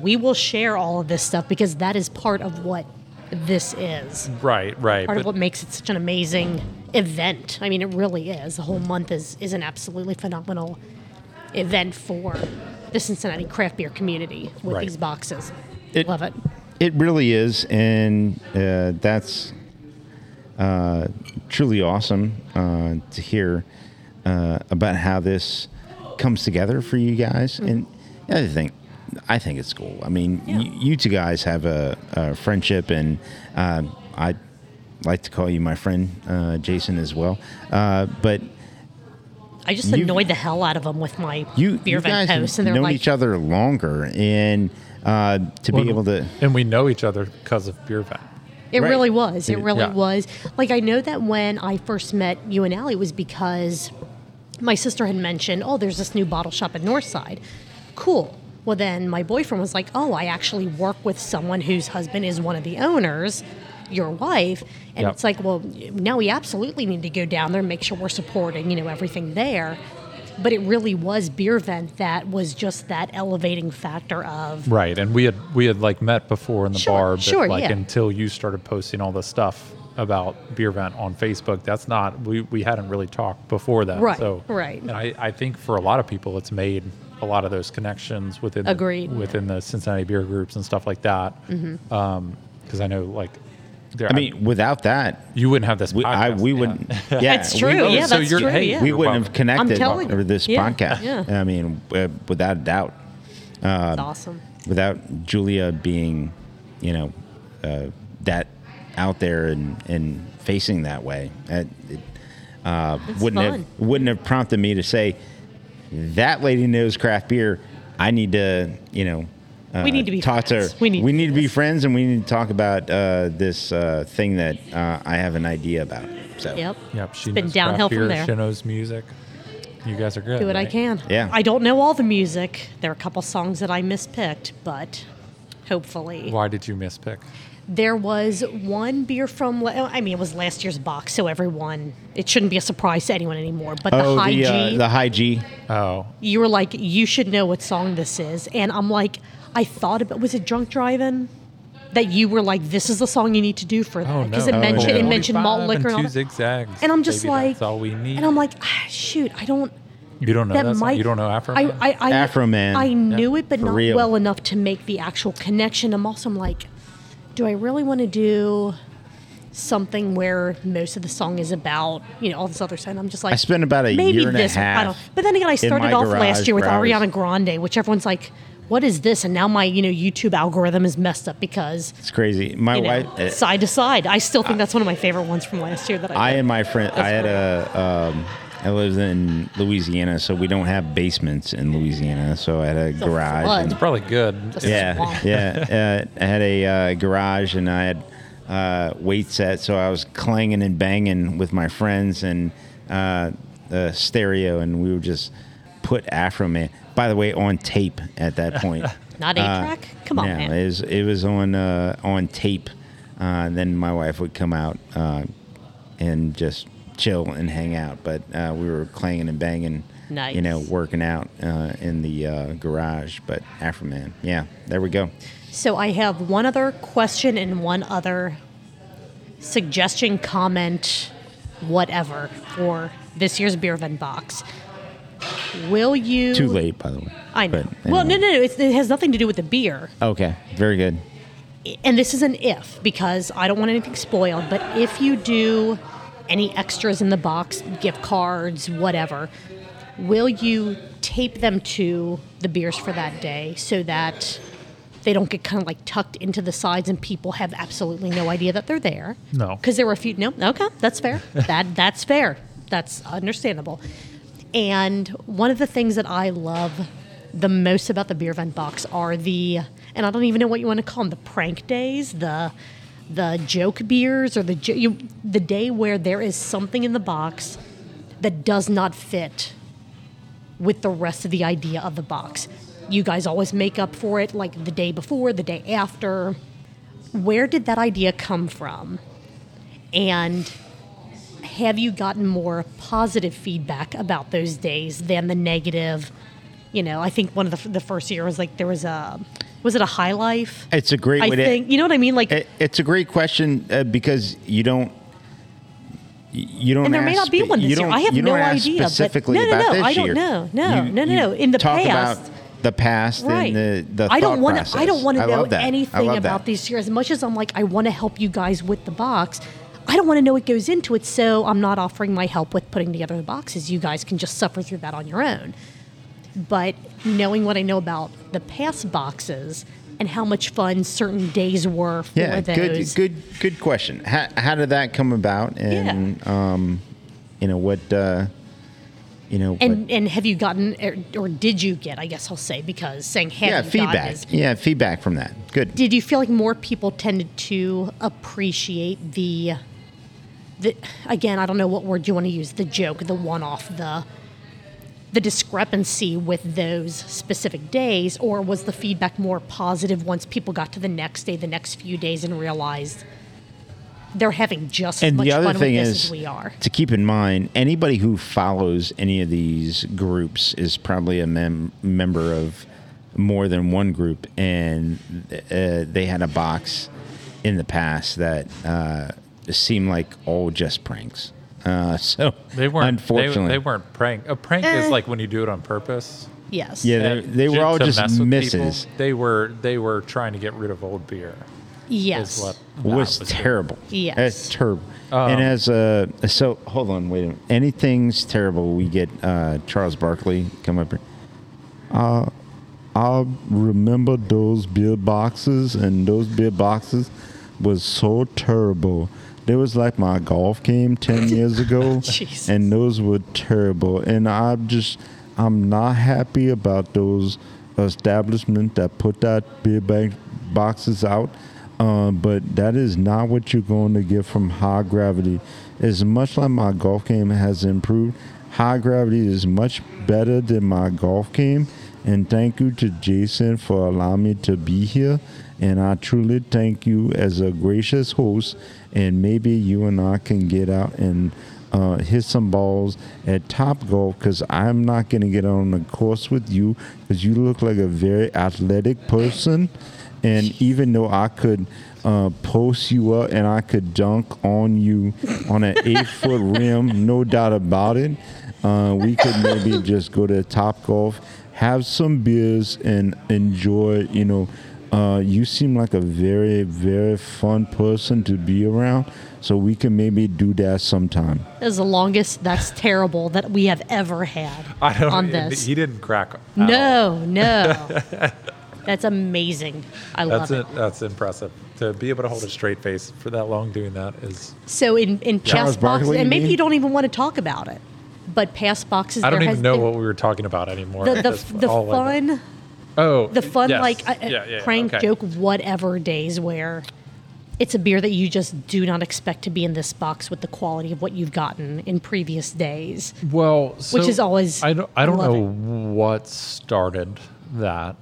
"We will share all of this stuff because that is part of what this is."
Right, right.
part of
but-
what makes it such an amazing event. I mean, it really is. The whole month is is an absolutely phenomenal event for the Cincinnati craft beer community with
Right.
these boxes.
It-
Love it.
It really is, and uh, that's uh, truly awesome uh, to hear uh, about how this comes together for you guys. And the other thing, I think it's cool. I mean,
Mm-hmm. Yeah.
you, you two guys have a, a friendship, and uh, I like to call you my friend, uh, Jason, as well. Uh, but
I just
You-
annoyed the hell out of them with my
you,
beer
you guys
event
have
posts, and they're
known
like,
each other longer, and uh, to be able to.
and we know each other because of beer vat.
It
Right.
really was. It
It-
really
yeah.
was. Like I know that when I first met you and Allie was because my sister had mentioned, "Oh, there's this new bottle shop in Northside." Cool. Well, then my boyfriend was like, "Oh, I actually work with someone whose husband is one of the owners." Your wife, and
Yep.
it's like, well, now we absolutely need to go down there and make sure we're supporting, you know, everything there. But it really was beer vent that was just that elevating factor of
Right, and we had we had like met before in the
Sure,
bar, but
sure,
like
yeah.
until you started posting all the stuff about beer vent on Facebook, that's not we we hadn't really talked before that.
Right,
so,
right.
And I, I think for a lot of people, it's made a lot of those connections within
Agreed. Mm-hmm.
the, within the Cincinnati beer groups and stuff like that. Because I know like there,
I mean, without that,
you wouldn't have this.
we, I,
podcast.
we
Yeah.
wouldn't. Yeah,
That's
we
true.
wouldn't.
Yeah,
so
that's
you're-
true.
hey,
yeah.
we
You're
wouldn't
welcome.
have connected
I'm telling
over
you.
this
Yeah,
podcast.
yeah.
I mean, uh, without a doubt,
it's awesome.
without Julia being, you know, uh, that out there and, and facing that way. That- it- Uh, wouldn't
fun.
have wouldn't have prompted me to say that lady knows craft beer. I need to, you know, uh,
We need to be
talk
friends.
to her.
We need to do
to be
this.
friends, and we need to talk about uh, this uh, thing that uh, I have an idea about. So
Yep.
Yep, she
It's been
knows
downhill
craft
from
beer,
there.
She knows music. You guys are good.
Do what I
right?
can.
Yeah.
I don't know all the music. There are a couple songs that I mispicked, but hopefully.
Why did you mispick?
There was one beer from, la- oh, I mean, it was last year's box, so everyone, it shouldn't be a surprise to anyone anymore. But
oh,
the high
the
G,
uh, the high G.
Oh,
you were like, you should know what song this is. And I'm like, I thought about, was it Drunk Driving? That you were like, this is the song you need to do for
oh
that.
no.
Because it, mentioned, it
no.
mentioned malt
45
liquor and
and
all
two
that.
zigzags.
And I'm just
Baby,
like,
that's all we need.
and I'm like, ah, shoot, I don't.
you don't know
that
that song?
might
You don't know Afro.
I,
Man?
I, I,
Afro Man.
I knew it, but
For
not
real.
well enough to make the actual connection. I'm also I'm like, do I really want to do something where most of the song is about you know all this other stuff? I'm just like,
I spent about a
maybe
year and
this.
a half.
I don't. But then again, I started
my
off
garage
last year with
for hours.
Ariana Grande, which everyone's like, what is this? And now my you know YouTube algorithm is messed up because.
It's crazy. My
You know,
wife. uh,
side to side. I still think that's one of my favorite ones from last year that I.
I
did.
and my friend, I had a, um, I lived in Louisiana, so we don't have basements in Louisiana. So I had a
a
garage.
flood.
and-
it's probably good.
Just
yeah,
swamp.
yeah. Uh, I had a uh, garage and I had uh, weight set, so I was clanging and banging with my friends and uh, the stereo, and we would just put Afro Man. By the way, on tape at that point.
Not eight track. Come on,
Uh, no,
man.
it was it was on uh, on tape. Uh, then my wife would come out uh, and just chill and hang out, but uh, we were clanging and banging. You know,
Nice.
working out uh, in the uh, garage, but Afro Man, yeah, there we go.
So I have one other question and one other suggestion, comment, whatever for this year's beer event box. Will you?
Too late, by the way.
I know.
But
Well, no,
anyway.
no, no. It's, it has nothing to do with the beer.
Okay, very good.
And this is an if because I don't want anything spoiled. But if you do any extras in the box, gift cards, whatever, will you tape them to the beers for that day so that they don't get kind of like tucked into the sides and people have absolutely no idea that they're there.
No.
Because there were a few. No, okay, that's fair. that that's fair. That's understandable. And one of the things that I love the most about the beer event box are the and I don't even know what you want to call them the prank days the the joke beers or the jo- you, the day where there is something in the box that does not fit with the rest of the idea of the box. You guys always make up for it like the day before, the day after. Where did that idea come from? And have you gotten more positive feedback about those days than the negative? You know, I think one of the, the first year was like there was a was it a high life?
It's a great
I
way to.
think you know what I mean. Like,
It, it's a great question uh, because you don't. You don't.
and there may
ask
not be
spe-
one
you
this year.
don't-
I have
you
no
don't ask
idea. But
Specifically
no, no,
about
no.
this
I don't
year.
know. No,
You-
no, no,
you
no. In the
talk
past,
about the past
right.
and the the.
I don't
thought
wanna- I
process.
don't want to know
love that. I
anything
love
about
that.
these years. As much as I'm like, I want to help you guys with the box. I don't want to know what goes into it, so I'm not offering my help with putting together the boxes. You guys can just suffer through that on your own. But knowing what I know about the past boxes and how much fun certain days were for
Yeah, good,
those,
good, good question. How, how did that come about? And um, you know what? Uh, you know what
and and have you gotten or, or did you get? I guess I'll say because saying have
yeah,
you gotten
feedback.
is-
Yeah, feedback from that. Good.
did you feel like more people tended to appreciate the the again i don't know what word you want to use the joke the one off the the discrepancy with those specific days or was the feedback more positive once people got to the next day the next few days and realized they're having just as
and
much
the other
fun
thing
with this
is
as we are
to keep in mind anybody who follows any of these groups is probably a mem- member of more than one group and uh, they had a box in the past that uh, seemed like all just pranks uh, so
They weren't.
unfortunately
They, they weren't prank. A prank
Eh.
is like when you do it on purpose.
yes
yeah they,
And
they were
ju-
all
to
just
mess with people.
misses
They were. They were trying to get rid of old beer.
yes
Is what that
was
doing.
terrible.
Yes.
That's terrible.
Um,
and as a so, hold on, wait a minute. Anything's terrible. We get uh, Charles Barkley come up here. Uh, I remember those beer boxes, and those beer boxes was so terrible. That was like my golf game 10 years ago.
Jesus.
and those were terrible. And I'm just, I'm not happy about those establishment that put that beer bag boxes out. Uh, but that is not what you're going to get from high gravity. As much like my golf game has improved, high gravity is much better than my golf game. And thank you to Jason for allowing me to be here. And I truly thank you as a gracious host. And maybe you and I can get out and uh, hit some balls at Top Golf because I'm not going to get on the course with you because you look like a very athletic person. And even though I could uh, post you up and I could dunk on you on an eight foot rim, no doubt about it, uh, we could maybe just go to Top Golf, have some beers, and enjoy, you know. Uh, you seem like a very, very fun person to be around, so we can maybe do that sometime.
As the longest, that's terrible that we have ever had
I don't.
on
it-
this.
He didn't crack. at all.
no, no. that's amazing. I
That's
love it.
it. That's impressive. To be able to hold a straight face for that long doing that is.
So in, in
Charles
past boxes,
Barkley, you
and maybe
mean?
you don't even want to talk about it, but past boxes.
I don't
there
even
has
know
been-
what we were talking about anymore.
the
at
the,
this point.
the
All I know-
fun
Oh,
the fun
yes.
like uh, uh,
Yeah, yeah, yeah,
prank
okay.
joke whatever days where it's a beer that you just do not expect to be in this box with the quality of what you've gotten in previous days.
Well, so
is always
I don't I don't
love
know what started that.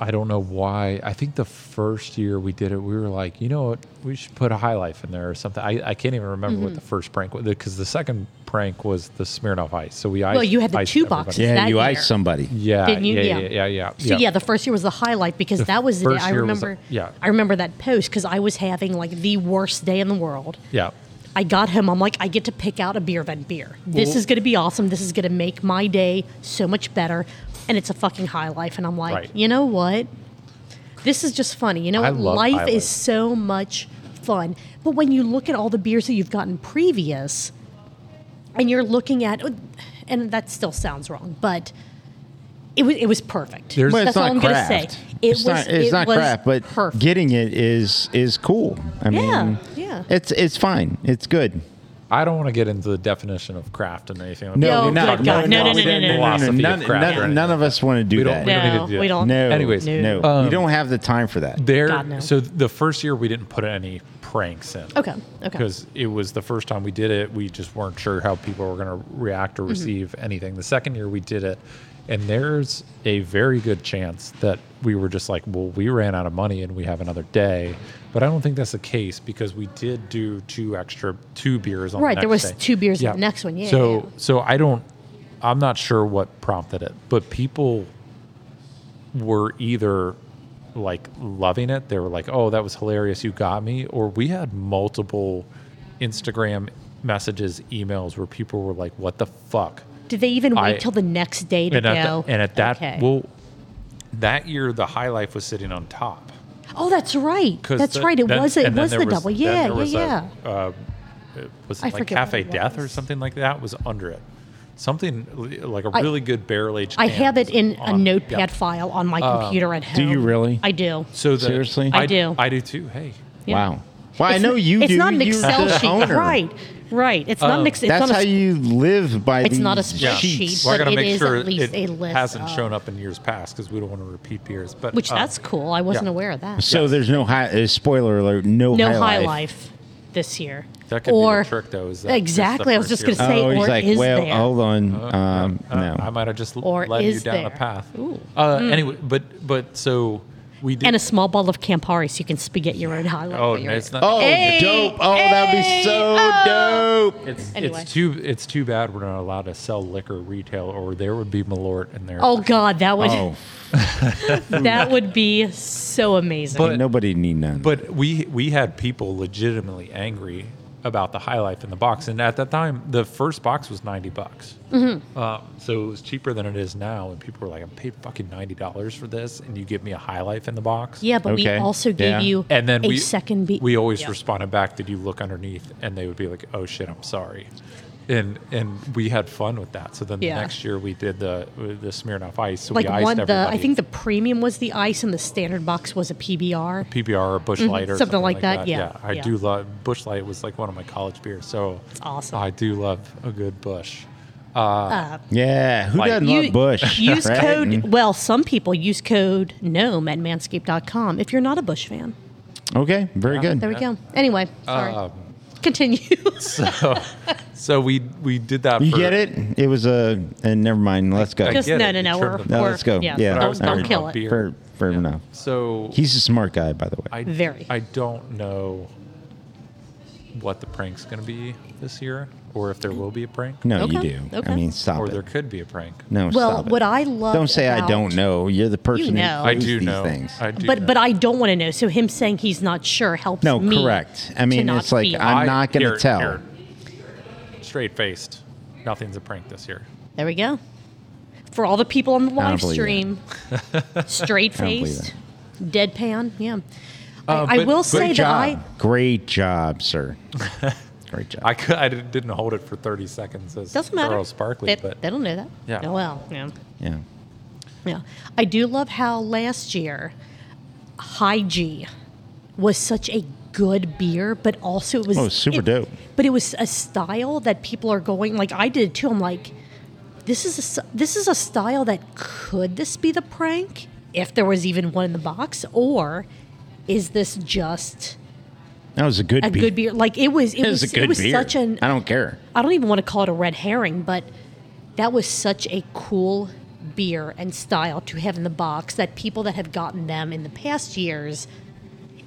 I don't know why. I think the first year we did it, we were like, you know what, we should put a high life in there or something. I, I can't even remember
Mm-hmm.
what the first prank was because the second prank was the Smirnoff Ice. So we iced,
Well, you had the
iced
two
everybody.
boxes.
Yeah,
that
you
year.
ice somebody.
Yeah,
Didn't you?
yeah,
Yeah.
yeah, yeah, yeah,
So yeah, the first year was the highlight because that was the day
first
I
year was the-
remember.
yeah.
I remember that post because I was having like the worst day in the world.
yeah.
I got home. I'm like, I get to pick out a beer event beer. This
Well-
is going to be awesome. This is going to make my day so much better. And it's a fucking high life. And I'm like,
Right.
you know what? This is just funny. You know
I
what?
love
Life
High
is
Life.
so much fun. But when you look at all the beers that you've gotten previous, and you're looking at, and that still sounds wrong, but it was it was perfect.
There's-
But
That's
it's not
all I'm
crap.
gonna say. It
it's
was
not, it's
it
not
was
crap, but
perfect.
getting it is is cool. I
Yeah,
mean,
yeah.
it's it's fine. It's good.
I don't want to get into the definition of craft and anything. like
No,
that.
Oh,
We can
good
talk
God.
about
No, no,
philosophy
no, no, no, no, no,
none,
of
none,
craft or anything.
none of us want to do
We don't-
that.
we don't need to
no,
do
we
that.
don't.
no,
Anyways,
no,
Um,
you don't have the time for that.
There.
God, no.
So the first year we didn't put any pranks in.
Okay. Okay.
Because it was the first time we did it, we just weren't sure how people were going to react
Mm-hmm.
or receive anything. The second year we did it, and there's a very good chance that we were just like, well, we ran out of money and we have another day. But I don't think that's the case because we did do two extra two beers on
Right,
The next
there was
day.
two beers on the next one, yeah,
So
yeah.
so I don't. I'm not sure what prompted it, but people were either like loving it. They were like, "Oh, that was hilarious! You got me!" Or we had multiple Instagram messages, emails where people were like, "What the fuck?"
Did they even wait
I-
till the next day to
And at,
go?
tha- and at that,
Okay.
well, that year the high life was sitting on top.
oh, that's right.
'Cause
That's
the-
right. It
then-
was it
and then
was
there
the double.
then
Yeah,
there
yeah,
was a,
yeah.
uh, it was it
I
like
forget what
Cafe
it
Death or
was.
something like that was under it. Something li- like a really good barrel aged.
I have it in a notepad
Yeah. Um,
file on my computer at home.
do you really?
I do.
So the,
Seriously?
I do.
I do too. Hey,
Yeah.
Wow. Well, I
It's
know
n-
you
It's
do.
not an
You're
Excel
the
sheet,
owner.
right? Right. It's
Oh.
not an Excel.
That's
it's not
how
a,
you live by
It's
these
not a spreadsheet.
sheets.
we're
But
gonna
it
make
is at
sure
least
it
a list
hasn't
of-
shown up in years past because we don't want to repeat beers. But
Which
um,
that's cool. I wasn't
yeah.
aware of that.
So there's no high. Uh, spoiler alert. No,
no
high,
high
life.
life this year.
That could be the
or,
trick, though, is that it's the
exactly. I was
first
just going to
year.
say,
oh,
or
he's like,
is
well, oh.
there?
hold on. um,
uh,
no.
I might have just l-
Or
led you
is
down
there?
a path.
Ooh. Mm.
Uh, Anyway, but but so we did.
and a small bottle of Campari so you can spaghetti your own highlight.
oh,
for your-
no, it's not.
oh,
Hey,
dope. Oh, that'd be so dope.
It's,
Anyway.
it's too it's too bad we're not allowed to sell liquor retail, or there would be Malort in there.
Oh God, that would
Oh,
that would be so amazing.
But-
nobody need none.
But we we had people legitimately angry about the high life in the box, and at that time, the first box was ninety bucks.
Mm-hmm.
Uh, so it was cheaper than it is now, and people were like, "I paid fucking ninety dollars for this, and you give me a high life in the box."
yeah, but
Okay,
we also gave
yeah.
you
And then
a
we
second beat.
we always
Yeah.
responded back, "Did you look underneath?" And they would be like, "Oh shit, I'm sorry." and and we had fun with that. So then
Yeah.
the next year we did the the Smirnoff Ice. So
Like
we iced
one, the
everybody.
I think the premium was the ice, and the standard box was a PBR.
PBR or Bush Light
Mm-hmm. something
or something,
like that, yeah,
I
yeah.
do love Bush Light was like one of my college beers. So it's
awesome.
I do love a good Bush.
Yeah, who
Like-
doesn't love Bush?
use
right?
code. Well, some people use code GNOME at manscaped.com if you're not a Bush fan.
Okay, very
There
good.
we go. Anyway, sorry. Continue.
So so we we did that.
You
for,
get it? It was a. And never mind. Let's go.
I
Just
get
no,
it.
no, no.
You
We're,
tripped
no,
we're-
let's go. Yeah,
Yeah,
I
don't,
was
don't
talking
kill
about
it.
beer.
Fair, fair enough.
So
He's a smart guy, by the way.
I,
Very.
I don't know what the prank's going to be this year, or if there
Mm.
will be a prank,
no, you
Okay,
do.
okay.
I mean, stop
or
it.
there could be a prank.
No,
Well,
stop it.
what I love.
Don't say I
about-
don't know. You're the person
know.
who
I
knows
do
these
know.
things.
I do.
But
know.
but I don't want to know. So him saying he's not sure helps
no,
me.
correct. I
to
mean,
not
it's like
feel-
I'm
I-
not going
here-
to tell.
here. Straight faced, nothing's a prank this year.
There we go. For all the people on the
don't
live
believe
stream, straight faced, deadpan. Yeah.
Uh,
I, I
but-
will
but
say that
Job.
I.
Great job, sir. Great job.
I, could, I didn't didn't hold it for 30 seconds as
Doesn't matter.
Charles Barkley,
They,
but
they don't know that.
Yeah.
Oh, well. Yeah.
yeah.
Yeah. I do love how last year, High G was such a good beer, but also it was.
Oh, super
it-
dope.
But it was a style that people are going, like I did too. I'm like, this is a, s- this is a style that could this be the prank? If there was even one in the box, or is this just
That was a good
a
beer.
good beer? Like it was, it,
It
was,
was a good
it was
beer.
such an
I don't care.
I don't even want to call it a red herring, but that was such a cool beer and style to have in the box that people that have gotten them in the past years,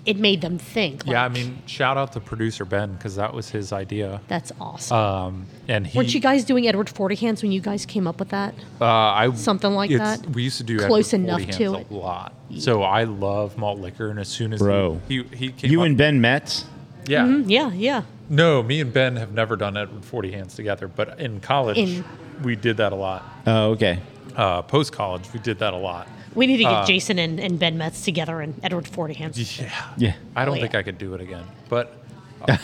it made them think.
yeah, I
like,
mean, shout out to producer Ben because that was his idea.
that's awesome.
Um, and he,
Weren't you guys doing Edward Forty Hands when you guys came up with that?
Uh, I
Something like
it's-
that?
We used to do
Close
Edward
enough
Forty
to
Hands
it.
a lot. So I love malt liquor, and as soon as
Bro.
he he, he came
You
up-
and Ben met?
yeah
Yeah, yeah.
no me and Ben have never done Edward Forty Hands together, but in college
In-
we did that a lot.
Oh, okay.
Uh, Post college we did that a lot.
We need to get
uh,
Jason and, and Ben Metz together and Edward Forty Hands.
Yeah,
Yeah.
I don't
Oh,
think
yeah.
I could do it again, but.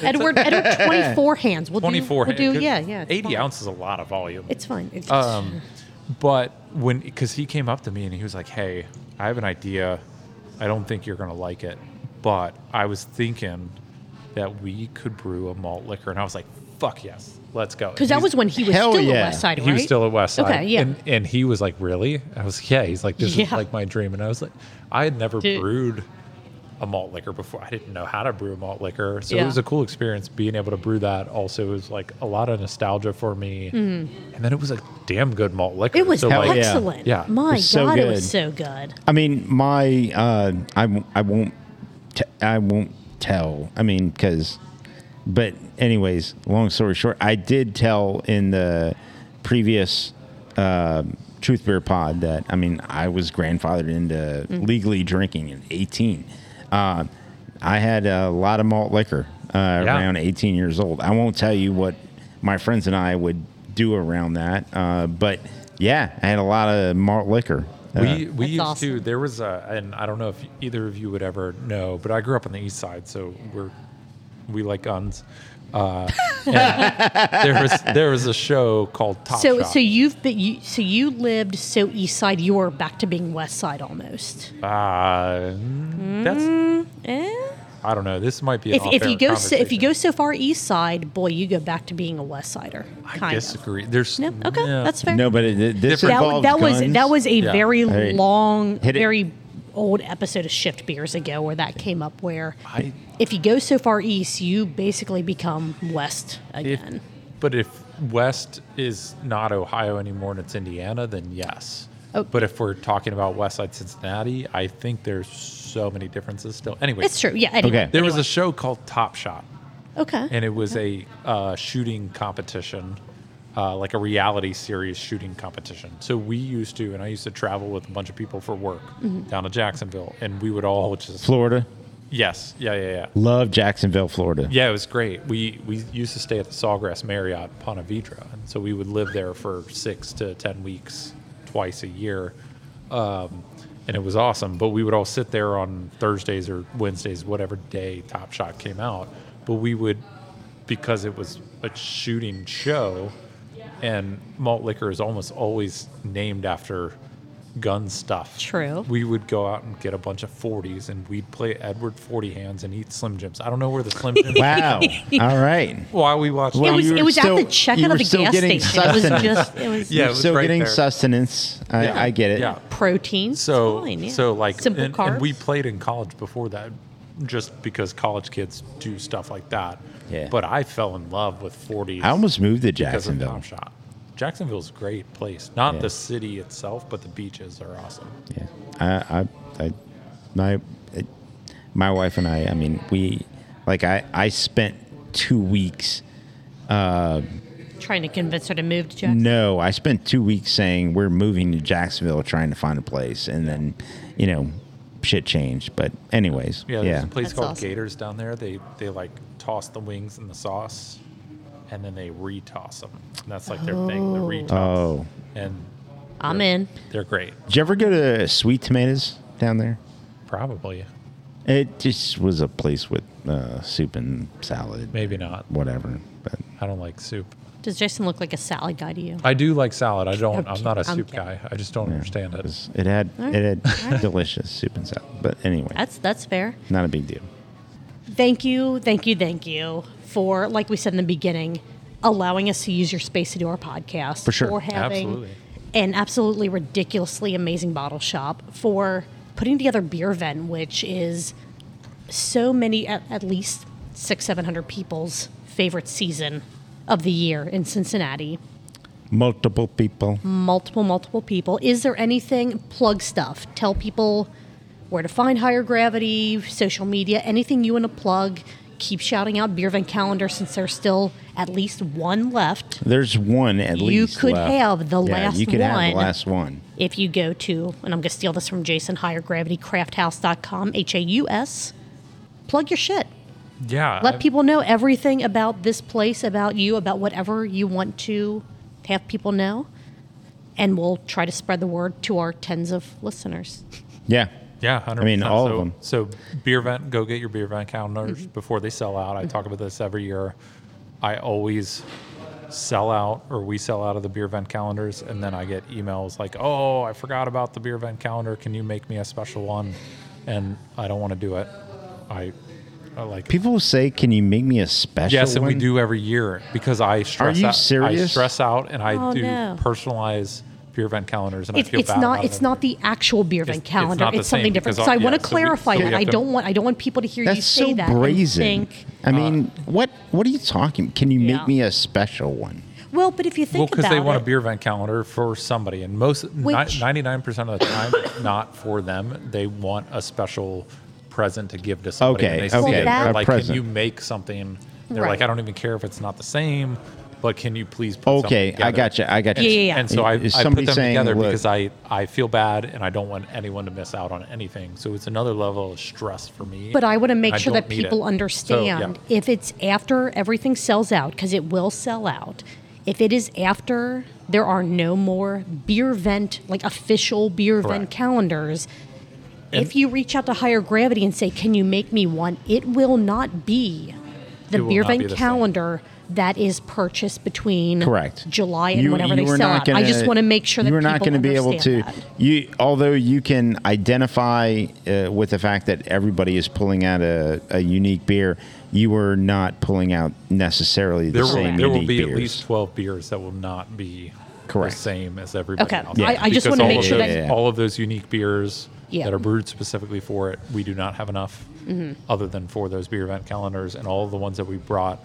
Edward Edward Twenty Four Hands. We'll
Twenty four.
do. We'll do. Yeah, yeah. it's
80
fine.
ounces is a lot of volume.
It's fine. It's,
Um, but when, because he came up to me and he was like, "Hey, I have an idea. I don't think you're gonna like it, but I was thinking that we could brew a malt liquor." And I was like, "Fuck yes, let's go."
because that
He's-
was when he was
Hell
still a
yeah.
West Side, right?
he was still at West Side.
Okay, yeah.
And, and he was like, "Really?" I was, "Yeah." He's like, "This is
Yeah.
like my dream." And I was like, "I had never
Dude.
brewed." A malt liquor before I didn't know how to brew a malt liquor, so
Yeah.
it was a cool experience being able to brew that. Also, it was like a lot of nostalgia for me, and then it was a damn good malt liquor.
Mm-hmm. It was
so,
Hell yeah.
like,
excellent.
Yeah.
My
It was so
God, it was
good.
so good.
I mean, my uh, I w- I won't t- I won't tell. I mean, because but anyways, long story short, I did tell in the previous uh, Truth Beer Pod that I mean I was grandfathered into legally drinking at 18. Uh, I had a lot of malt liquor uh, around 18 years old. I won't tell you what my friends and I would do around that, uh, but yeah, I had a lot of malt liquor. Uh,
We we
That's
used to.
awesome.
There was a, and I don't know if either of you would ever know, but I grew up on the east side, so we're we like guns. Uh, and there was there was a show called Top
So,
Shop.
so you've been, you, so you lived so east side, you were back to being west side almost.
uh, that's
Eh?
I don't know. This might be an
If, if you
off-air
go so, if you
conversation.
go so far east side, boy, you go back to being a west sider. Kind
I disagree. There's
of. No, okay,
yeah.
that's fair.
No, but it, th- this
that,
involves
that was
guns.
that was a
Yeah.
very
Hey,
long,
hit it.
very old episode of Shift Beers ago where that came up. Where
I-
if you go so far east, you basically become west
if,
again.
but if West is not Ohio anymore and it's Indiana, then yes.
Oh.
But if we're talking about West Side Cincinnati, I think there's so many differences still. Anyway,
it's true. Yeah. Anyway.
Okay.
There was a show called Top Shot,
Okay.
and it was a uh, shooting competition, uh, like a reality series shooting competition. So we used to, and I used to travel with a bunch of people for work down to Jacksonville, and we would all just
Florida.
yes, yeah, yeah, yeah.
Love Jacksonville, Florida.
Yeah, it was great. We we used to stay at the Sawgrass Marriott in Ponte Vedra, and so we would live there for six to ten weeks, twice a year, um, and it was awesome. But we would all sit there on Thursdays or Wednesdays, whatever day Top Shot came out. But we would because it was a shooting show, and malt liquor is almost always named after gun stuff.
True.
We would go out and get a bunch of 40s, and we'd play Edward 40 Hands and eat Slim Jims. I don't know where the Slim Jims.
Wow. All right.
While we watched
Well,
it was
you were
it was
still-
at the
you
checkout
were
of the
still
gas
getting
station. It was
sustenance.
just it was
Yeah, it
You're
was
still
right
getting
there.
sustenance. I,
Yeah.
I get it.
Yeah.
protein.
So
It's fine, yeah.
so like
simple
and,
carbs.
and we played in college before that, just because college kids do stuff like that.
Yeah.
But I fell in love with 40s.
I almost moved to
because of
Jacksonville.
Top Shot. Jacksonville's a great place. Not
Yeah.
the city itself, but the beaches are awesome.
Yeah. I, I, I my, it, my wife and I. I mean, we like I, I spent two weeks.
trying to convince her to move to Jackson.
No, I spent two weeks saying we're moving to Jacksonville, trying to find a place, and then, you know, shit changed. But anyways,
Yeah,
yeah,
there's a place
That's
called
awesome.
Gators down there. They they like toss the wings in the sauce, and then they retoss them. And that's like their thing, the
Oh.
retoss.
Oh,
And
I'm in.
they're great.
did you ever go to Sweet Tomatoes down there?
Probably,
It just was a place with uh, soup and salad,
maybe not.
whatever. But
I don't like soup.
Does Jason look like a salad guy to you?
I do like salad. I don't.
I'm
I'm not a
kidding. I'm
soup
kidding.
guy. I just don't understand
it,
it.
was, it had
All right.
it had delicious soup and salad. But anyway,
That's that's fair.
not a big deal.
Thank you, thank you, thank you for like we said in the beginning, allowing us to use your space to do our podcast.
For sure.
For having
Absolutely.
an absolutely ridiculously amazing bottle shop for putting together beer vent, which is so many at, at least six seven hundred people's favorite season of the year in Cincinnati.
Multiple people.
Hmm. multiple multiple people is there anything plug stuff tell people where to find higher gravity social media anything you want to plug keep shouting out beer van calendar since there's still at least one left
There's one at
You
least.
could
left.
have the
yeah,
last
You could have
one.
the last one.
if you go to and i'm going to steal this from jason highergravitycrafthouse.com h-a-u-s plug your shit
Yeah.
let
I-
people know everything about this place, about you, about whatever you want to have people know. And we'll try to spread the word to our tens of listeners.
Yeah.
Yeah, 100%.
I mean, all of
so,
them.
So, beer vent, go get your beer vent calendars before they sell out. I talk about this every year. I always sell out, or we sell out of the beer vent calendars, and then I get emails like, "Oh, I forgot about the beer vent calendar. Can you make me a special one?" And I don't want to do it. I, I like.
People say, "Can you make me a special?"
Yes, and we
one?"
do every year because I stress.
you
out, I
serious?
stress out, and I
Oh,
do
no.
personalize beer vent calendars, and I
It's,
feel
it's
bad
not
about it
it's
every year.
not the actual beer
It's-
van
it's
calendar.
not
It's,
the
something
same
different.
because
So I
all-
want to
yeah, so we-
clarify
so we
that.
have
I
to-
don't want I don't want people to hear you
That's
say
so
that. and
brazen.
think,
I
Uh,
mean, what what are you talking? Can you
Yeah.
make me a special one?
well, but if you think
well, because
about
they want
it,
a beer event calendar for somebody, and most
Which-
ninety nine percent of the time, it's not for them. They want a special present to give to somebody.
Okay,
and they
okay,
see
Well,
it, they're
that-
like,
a
can
present.
you make something? They're
Right.
like, I don't even care if it's not the same, but can you please? Put something
Okay, I
together?"
got you. I got you.
Yeah, yeah, yeah.
And so I, I
Is
put
somebody
them
saying,
together
"Look-
because I, I feel bad and I don't want anyone to miss out on anything. So it's another level of stress for me.
But I want to make
I
sure
don't
that
need it.
people
So, yeah.
understand if it's after everything sells out, because it will sell out. If it is after there are no more beer vent, like official beer vent
Correct.
calendars, if
And-
you reach out to higher gravity and say, "Can you make me one?" It will not be the
It will
beer
not be
vent
the same.
calendar that is purchased between
Correct.
July and whenever they
were
sell
not
out. I just
gonna-
want to make sure that
you were not
people
gonna be able to.
understand that.
You, although you can identify uh, with the fact that everybody is pulling out a, a unique beer, you were not pulling out necessarily the
There
same
will, there will
unique
be at
beers.
least 12 beers that will not be
Correct.
the same as everybody
Okay.
else.
Yeah. I- I just
Because
wanna
all
make
of
sure
those-
that-
all of those unique beers
Yeah. Mm-hmm.
that are brewed specifically for it, we do not have enough other than for those beer event calendars and all of the ones that we brought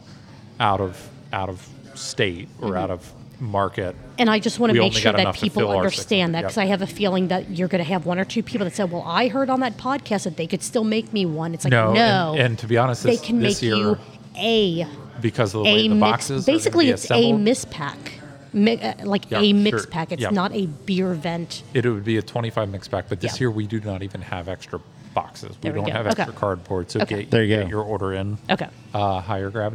out of out of state
Mm-hmm.
or out of market.
And I just want to
We
make
only
sure
got
that
enough to
people
fill our six
understand that
hundred,
because
yep.
I have a feeling that you're going to have one or two people that said, "Well, I heard on that podcast that they could still make me one." It's like, no,
No, And, and to be honest,
they
this,
can make
this year
you a
because of the way
a
the
mix.
boxes are gonna
Basically,
be
it's a
assembled,
miss pack, Mi- uh, like
Yeah,
a mix
sure.
pack. It's
Yep.
not a beer vent.
It would be a 25 mix pack, but this
Yeah.
year we do not even have extra boxes. We
There we
don't
go.
have
Okay.
extra cardboard, so get,
There you
get
go.
your order in.
Okay.
uh,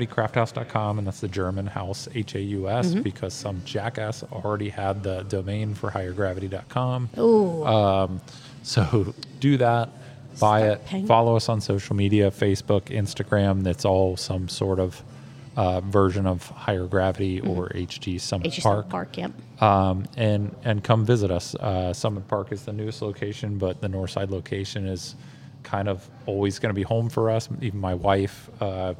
highergravitycrafthouse.com, and that's the German house, H A U S,
Mm-hmm.
because some jackass already had the domain for highergravity.com. Um,
Ooh,
So do that, buy it,
paying.
follow us on social media Facebook, Instagram. That's all some sort of uh, version of Higher Gravity
Mm-hmm.
or HG Summit
HG Park.
Park.
Park, yep.
Um, and and come visit us. Uh, Summit Park is the newest location, but the North Side location is kind of always going to be home for us. Even my wife. Uh,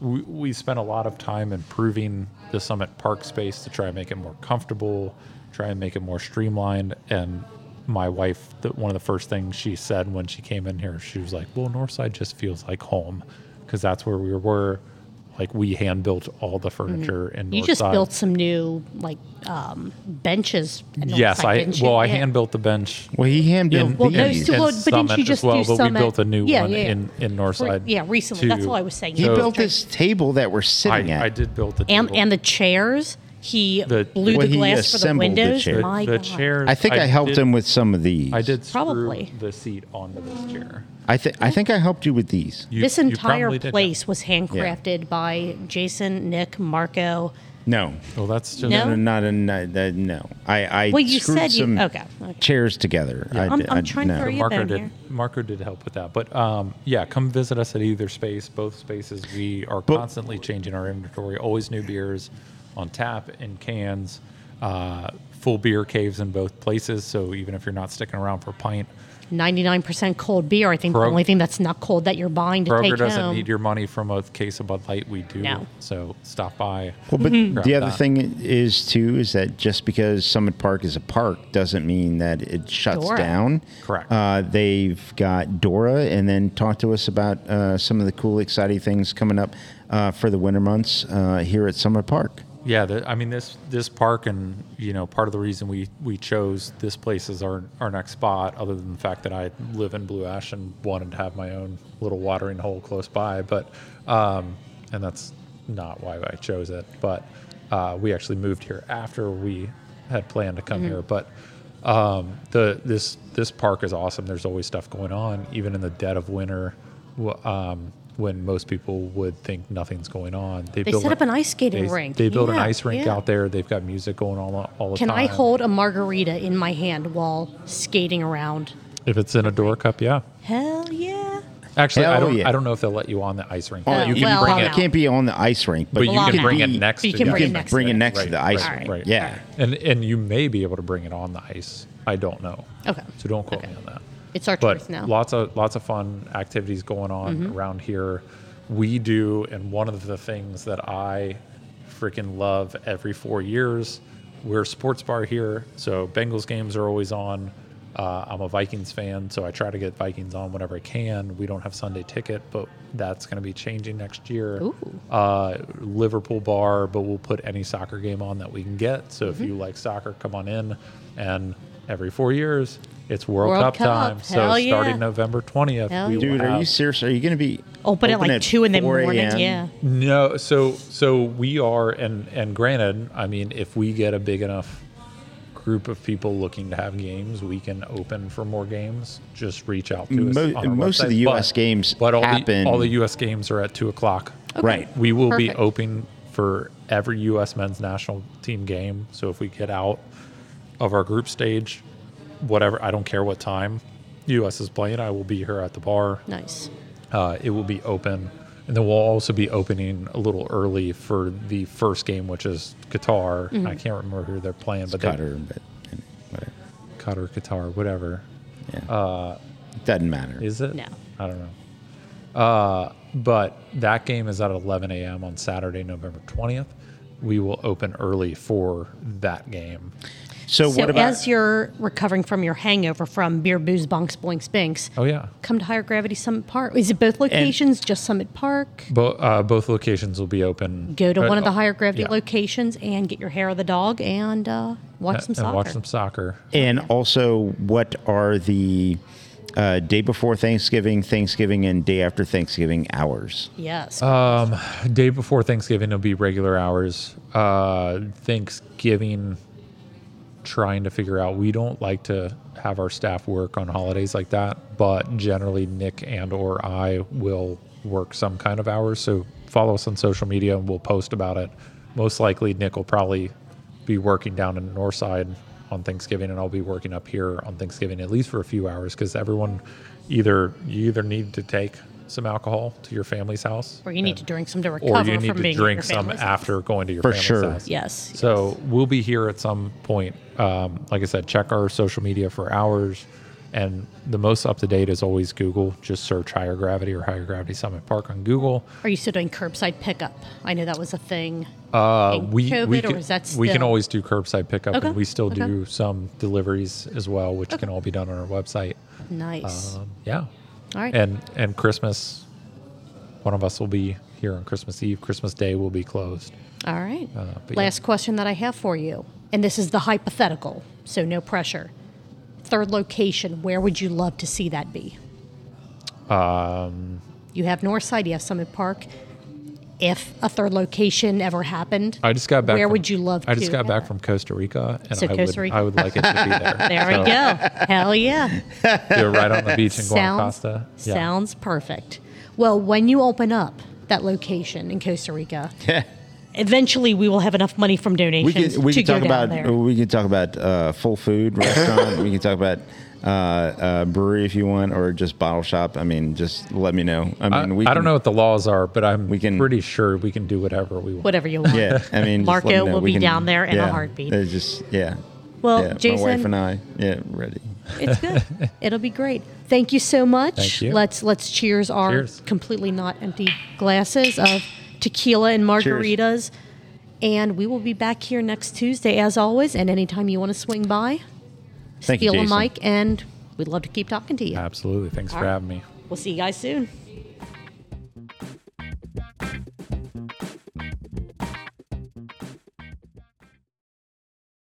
we, we spent a lot of time improving the Summit Park space to try and make it more comfortable, try and make it more streamlined. And my wife, the, one of the first things she said when she came in here, she was like, "Well, Northside just feels like home, because that's where we were. Like we hand built all the furniture in Northside."
Mm-hmm. You just built some new like um, benches. at Northside,
Yes, I
didn't you?
well, I
Yeah.
hand built the bench
Well, he hand built
Well, no,
these.
so
and
well, but didn't
Summit
you just
as well,
do
but we
Summit?
built a new
Yeah,
one
yeah, yeah.
in in Northside.
yeah, recently. That's
too.
why I was saying.
he
So-
built this table that we're sitting
I,
at.
I did build the
and
table.
and the chairs. He
The-
blew
Well,
the
he
glass for the
assembled the
windows.
chair.
My
the
God.
chairs.
I think I, helped
did-
him with some of these.
I did screw
Probably.
the seat onto this chair.
I think I think I helped you with these.
You-
This
you
entire
probably did that.
place was handcrafted by Jason, Nick, Marco.
No,
Well, that's just
No?
no, not a no. that- no. I I
Well, you
screwed
said you-
some
okay, okay.
chairs together. I,
I'm-
did-
I'm
I-
trying
no.
for you.
Marco
been
did.
here.
Marco did help with that, but um, yeah, come visit us at either space. Both spaces, we are constantly changing our inventory. Always new beers on tap in cans. Uh, full beer caves in both places. So even if you're not sticking around for a pint,
99% cold beer. I think
Kroger-
the only thing that's not cold that you're buying to
Kroger
take
doesn't
home.
need your money from a case of Bud Light. We do.
No.
So stop by.
Well, but
Mm-hmm.
the other
that.
thing is too is that just because Summit Park is a park doesn't mean that it shuts
Dora.
down.
Correct.
Uh, they've got Dora, and then talk to us about uh, some of the cool, exciting things coming up uh, for the winter months uh, here at Summit Park.
Yeah, the, I mean this this park, and you know, part of the reason we we chose this place as our our next spot, other than the fact that I live in Blue Ash and wanted to have my own little watering hole close by, but um, and that's not why I chose it, but uh, we actually moved here after we had planned to come here, but um, the this this park is awesome. There's always stuff going on, even in the dead of winter, wh- um, when most people would think nothing's going on.
They
built
set
a-
up an ice skating
they,
rink.
They built an
Yeah,
ice rink
yeah.
out there. They've got music going on all the
Can
time.
I hold a margarita in my hand while skating around?
If it's in a door cup, yeah.
Hell yeah.
Actually, I
Hell
don't.
yeah.
I don't know if they'll let you on the ice rink.
Oh,
you can
well,
bring
I'm
it,
out.
can't be on the ice rink, but,
but you
Well, I'm
can bring
out.
it next.
You
to
can
the
bring it
ice
can
next
bring
to
it
it.
next to
Right,
the ice
right,
rink.
right.
Yeah.
And and you may be able to bring it on the ice. I don't know.
Okay.
So don't quote
Okay.
me on that.
It's our
but
choice now. Mm-hmm.
lots of lots of fun activities going on around here. We do, and one of the things that I freaking love every four years, we're a sports bar here, so Bengals games are always on. Uh, I'm a Vikings fan, so I try to get Vikings on whenever I can. We don't have Sunday ticket, but that's going to be changing next year.
Ooh.
Uh, Liverpool bar, but we'll put any soccer game on that we can get. So
Mm-hmm.
if you like soccer, come on in. And every four years, it's World World,
World Cup.
Cup, time.
Hell
so
yeah.
starting November 20th,
Hell
we
yeah.
will
Dude, are you
have-
serious? Are you going to be
Open, at like 2 in the
4
morning.
a.m.?
Yeah.
no, so so we are, and and granted, I mean, if we get a big enough group of people looking to have games, we can open for more games. Just reach out to us.
Mo-
on our
most of
website.
the US games
but all
happen-
The, all the U.S. games are at two o'clock.
Right.
We will be
Perfect.
open for every U.S. men's national team game. So if we get out of our group stage, whatever, I don't care what time U.S. is playing, I will be here at the bar.
Nice.
Uh, it will be open. And then we'll also be opening a little early for the first game, which is Qatar.
Mm-hmm.
I can't remember who they're playing, but they-
Cutter, but whatever.
Qatar, Qatar, whatever.
Yeah. Doesn't matter.
Is it?
No.
I don't know. Uh, but that game is at 11 a.m. on Saturday, November 20th. We will open early for that game.
so,
So
what about
as you're recovering from your hangover from beer, booze, bonks, boinks, binks,
Oh, yeah.
come to Higher Gravity Summit Park. Is it both locations? just Summit Park?
Bo- uh, both locations will be open.
Go to
Uh,
one of the higher gravity
yeah.
locations and get your hair of the dog and uh, watch some
and
soccer.
watch some soccer.
And also, what are the uh, day before Thanksgiving, Thanksgiving, and day after Thanksgiving hours?
yes.
uh, Day before Thanksgiving will be regular hours. Uh, Thanksgiving, trying to figure out. We don't like to have our staff work on holidays like that, but generally Nick and or I will work some kind of hours. So follow us on social media and we'll post about it. Most likely, Nick will probably be working down in Northside on Thanksgiving, and I'll be working up here on Thanksgiving at least for a few hours because everyone either you either need to take some alcohol to your family's house,
Or you need to drink some to recover
or you need
from
to
being
drink
at your
some
family's house.
after going to your
For
family's
sure.
house.
Yes.
So we'll be here at some point. Um, like I said, check our social media for hours. And the most up to date is always Google. Just search Higher Gravity or Higher Gravity Summit Park on Google.
Are you still doing curbside pickup? I know that was a thing.
Uh,
in
we we
COVID,
can,
or is that
we can
still-
always do curbside pickup,
Okay,
and we still
okay.
do some deliveries as well, which can all be done on our website.
Nice.
Um, yeah,
All right.
and and Christmas, one of us will be here on Christmas Eve. Christmas Day will be closed.
All right.
uh, but yeah.
Last question that I have for you, and this is the hypothetical, so no pressure. Third location, where would you love to see that be?
Um,
You have Northside, you have Summit Park. If a third location ever happened,
I just got back.
Where
from-
would you love
I just
to
got back
have
from Costa Rica, and
So
I would
Costa Rica.
I would like it to be there.
There we go. Hell yeah.
Do it right on the beach in
Sounds,
Guanacaste. Yeah.
sounds perfect. Well, when you open up that location in Costa Rica, eventually we will have enough money from
we
donations
can we
to
can talk
go down
about
there.
we can talk about uh, full food restaurant. we can talk about uh, uh, brewery if you want, or just bottle shop. I mean, just let me know. I
I,
mean, we
I
can-
don't know what the laws are, but I'm
We can-
pretty sure we can do whatever we want.
Whatever you want.
Yeah, I mean, just
Marco
let me know.
will
We
be
can-
down there in a
yeah,
heartbeat.
It's just yeah.
Well,
yeah,
Jason,
my wife and I, yeah, ready.
It's good. It'll be great. Thank you so much.
Thank you.
Let's let's cheers our
Cheers.
completely not empty glasses of tequila and margaritas. And we will be back here next Tuesday as always. And anytime you want to swing by,
Thank you,
feel a
Jason.
mic and we'd love to keep talking to you.
Absolutely. Thanks
All
for
right.
having me.
We'll see you guys soon.